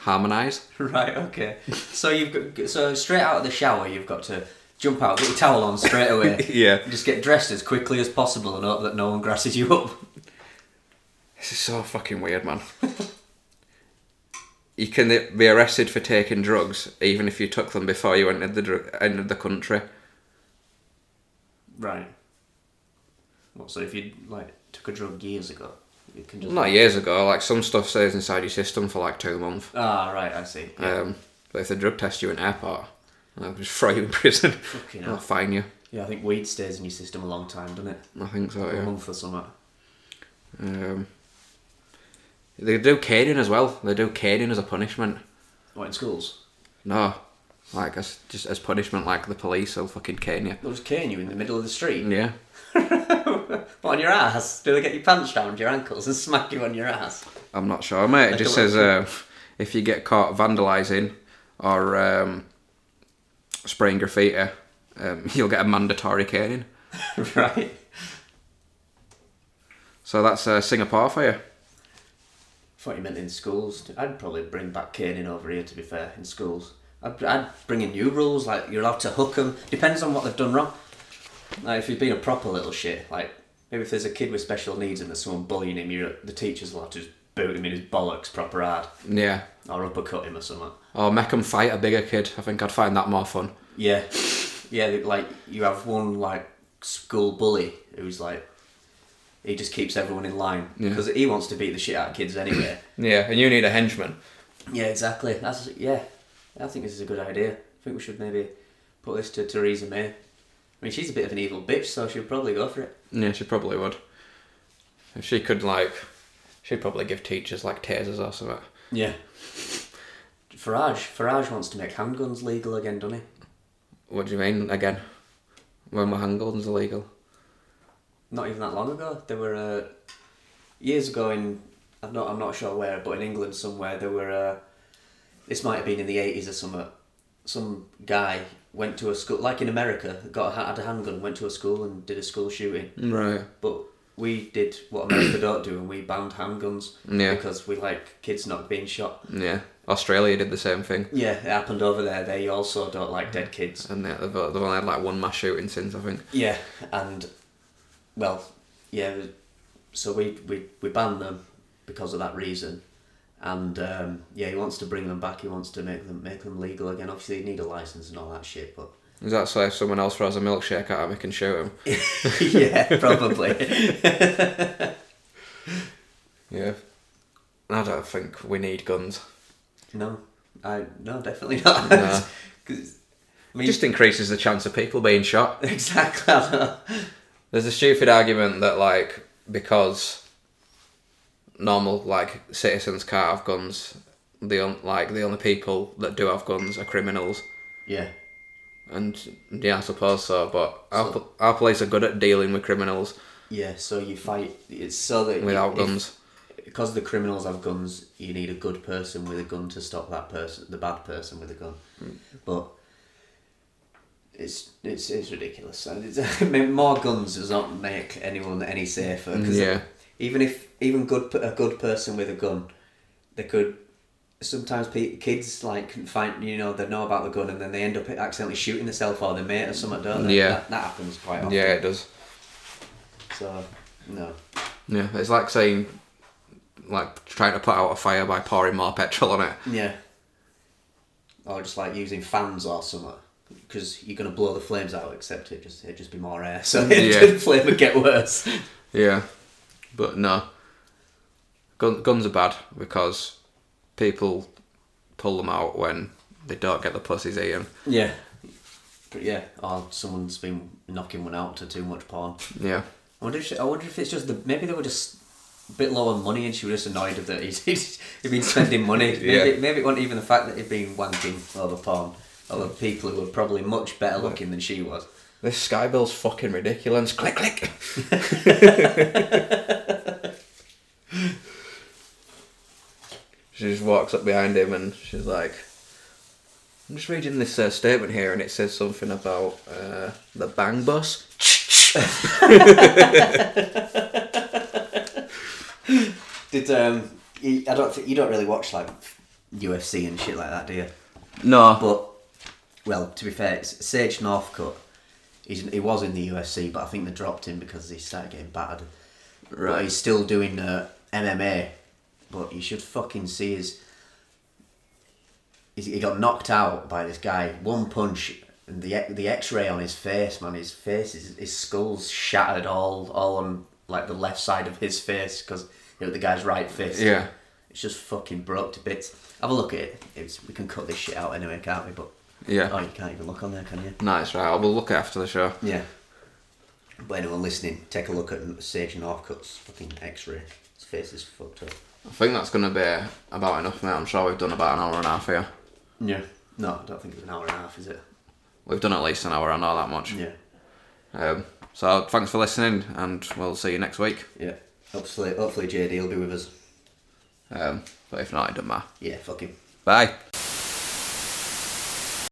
[SPEAKER 1] harmonise.
[SPEAKER 2] Right, okay. So you've got so straight out of the shower you've got to jump out, get your towel on straight away.
[SPEAKER 1] Yeah.
[SPEAKER 2] Just get dressed as quickly as possible and hope that no one grasses you up.
[SPEAKER 1] This is so fucking weird, man. you can be arrested for taking drugs even if you took them before you entered the dr- entered the country.
[SPEAKER 2] Right. What so if you like took a drug years ago, you can just
[SPEAKER 1] Not years ago, like some stuff stays inside your system for like two months.
[SPEAKER 2] Ah right, I see.
[SPEAKER 1] Um, but if they drug test you in an airport, they'll just throw you in prison.
[SPEAKER 2] Fucking
[SPEAKER 1] They'll
[SPEAKER 2] hell.
[SPEAKER 1] fine you.
[SPEAKER 2] Yeah, I think weed stays in your system a long time, doesn't it?
[SPEAKER 1] I think so,
[SPEAKER 2] A
[SPEAKER 1] yeah.
[SPEAKER 2] month or something.
[SPEAKER 1] Um, they do caning as well. They do caning as a punishment.
[SPEAKER 2] What in schools?
[SPEAKER 1] No, like as just as punishment, like the police will fucking cane you.
[SPEAKER 2] They'll just cane you in the middle of the street.
[SPEAKER 1] Yeah,
[SPEAKER 2] What on your ass? Do they get your pants down to your ankles and smack you on your ass?
[SPEAKER 1] I'm not sure, mate. It
[SPEAKER 2] Like
[SPEAKER 1] just
[SPEAKER 2] a
[SPEAKER 1] says uh, if you get caught vandalising or um, spraying graffiti, um, you'll get a mandatory caning.
[SPEAKER 2] right.
[SPEAKER 1] So that's uh, Singapore for you.
[SPEAKER 2] thought you meant in schools. I'd probably bring back caning over here, to be fair, in schools. I'd, I'd bring in new rules, like you're allowed to hook them. Depends on what they've done wrong. Like, if you've been a proper little shit, like, maybe if there's a kid with special needs and there's someone bullying him, you're, the teacher's allowed to just boot him in his bollocks proper hard,
[SPEAKER 1] Yeah.
[SPEAKER 2] or uppercut him or something.
[SPEAKER 1] Or make 'em fight a bigger kid. I think I'd find that more fun.
[SPEAKER 2] Yeah. Yeah, like, you have one, like, school bully who's like, he just keeps everyone in line.
[SPEAKER 1] Yeah.
[SPEAKER 2] Because he wants to beat the shit out of kids anyway.
[SPEAKER 1] Yeah, and you need a henchman.
[SPEAKER 2] Yeah, exactly. That's yeah. I think this is a good idea. I think we should maybe put this to Theresa May. I mean, she's a bit of an evil bitch, so she'll probably go for it.
[SPEAKER 1] Yeah, she probably would. If she could, like, she'd probably give teachers like tasers or something.
[SPEAKER 2] Yeah. Farage, Farage wants to make handguns legal again, doesn't he?
[SPEAKER 1] What do you mean again? When were handguns illegal?
[SPEAKER 2] Not even that long ago, there were uh, years ago in I'm not I'm not sure where, but in England somewhere there were. Uh, this might have been in the eighties or something. Some guy went to a school, like in America, got a, had a handgun, went to a school and did a school shooting.
[SPEAKER 1] Right.
[SPEAKER 2] But we did what America don't do, and we banned handguns
[SPEAKER 1] Yeah.
[SPEAKER 2] because we like kids not being shot.
[SPEAKER 1] Yeah. Australia did the same thing,
[SPEAKER 2] Yeah, it happened over there. They also don't like dead kids.
[SPEAKER 1] and they, they've, they've only had like one mass shooting since I think.
[SPEAKER 2] Yeah, and well, yeah. So we we we banned them because of that reason, and um, yeah, he wants to bring them back. He wants to make them make them legal again. Obviously, you need a license and all that shit, but
[SPEAKER 1] Is that so? If someone else throws a milkshake at him, he can shoot him.
[SPEAKER 2] yeah, probably.
[SPEAKER 1] Yeah. I don't think we need guns.
[SPEAKER 2] no, I no, definitely not.
[SPEAKER 1] No.
[SPEAKER 2] 'Cause- I
[SPEAKER 1] It
[SPEAKER 2] mean,
[SPEAKER 1] just increases the chance of people being shot.
[SPEAKER 2] exactly. I know.
[SPEAKER 1] There's a stupid argument that like because normal like citizens can't have guns, the on, like the only people that do have guns are criminals,
[SPEAKER 2] Yeah.
[SPEAKER 1] and yeah, I suppose so. But our,
[SPEAKER 2] So-
[SPEAKER 1] po- our police are good at dealing with criminals
[SPEAKER 2] Yeah, so you fight. It's so that
[SPEAKER 1] without
[SPEAKER 2] you,
[SPEAKER 1] guns.
[SPEAKER 2] if- because the criminals have guns. You need a good person with a gun to stop that person, the bad person with a gun.
[SPEAKER 1] Hmm.
[SPEAKER 2] But it's it's it's ridiculous. And it's, I mean, more guns does not make anyone any safer. 'cause
[SPEAKER 1] Yeah.
[SPEAKER 2] Even if even good pe- a good person with a gun, they could. Sometimes pe- kids like find you know they know about the gun and then they end up accidentally shooting themselves or their mate or something, don't they?
[SPEAKER 1] Yeah.
[SPEAKER 2] That, that happens quite often.
[SPEAKER 1] Yeah, it does.
[SPEAKER 2] So no.
[SPEAKER 1] Yeah, it's like saying like trying to put out a fire by pouring more petrol on it.
[SPEAKER 2] Yeah. Or just like using fans or something. Because you're gonna blow the flames out, except it just it just be more air, so
[SPEAKER 1] Yeah.
[SPEAKER 2] the flame would get worse.
[SPEAKER 1] Yeah, but no. Gun, guns are bad because people pull them out when they don't get the pussies eaten.
[SPEAKER 2] Yeah, but yeah, or someone's been knocking one out to too much porn.
[SPEAKER 1] Yeah.
[SPEAKER 2] I wonder. If she, I wonder if it's just the maybe they were just a bit low on money, and she was just annoyed that he'd, he'd been spending money. Maybe,
[SPEAKER 1] Yeah.
[SPEAKER 2] maybe it wasn't even the fact that he'd been wanking over porn over people who were probably much better looking than she was.
[SPEAKER 1] This sky bill's fucking ridiculous. Click, click. She just walks up behind him and she's like, I'm just reading this uh, statement here and it says something about uh, the bang bus.
[SPEAKER 2] Did um, you, I don't think you don't really watch like UFC and shit like that, do you?
[SPEAKER 1] No.
[SPEAKER 2] But well, to be fair, it's Sage Northcutt. He's, he was in the UFC, but I think they dropped him because he started getting battered. But
[SPEAKER 1] right.
[SPEAKER 2] he's still doing uh, MMA. But you should fucking see his. he's- He got knocked out by this guy. One punch, and the e- the X ray on his face, man. His face, is, his skull's shattered all all on like the left side of his face because you know the guy's right fist.
[SPEAKER 1] Yeah.
[SPEAKER 2] It's just fucking broke to bits. Have a look at it. It's, we can cut this shit out anyway, can't we? But
[SPEAKER 1] Yeah.
[SPEAKER 2] oh, you can't even look on there, can you?
[SPEAKER 1] Nice, right. I'll we'll look after the show.
[SPEAKER 2] Yeah. But anyone listening, take a look at Sage Northcutt's fucking X-ray. His face is fucked up.
[SPEAKER 1] I think that's going to be about enough, mate. I'm sure we've done about an hour and a half here.
[SPEAKER 2] Yeah. No, I don't think it's an hour and a half, is it?
[SPEAKER 1] We've done at least an hour, I know that much.
[SPEAKER 2] Yeah.
[SPEAKER 1] Um, so thanks for listening and we'll see you next week.
[SPEAKER 2] Yeah. Hopefully, hopefully JD will be with us.
[SPEAKER 1] Um, but if not, it doesn't matter.
[SPEAKER 2] Yeah. Fuck him.
[SPEAKER 1] Bye.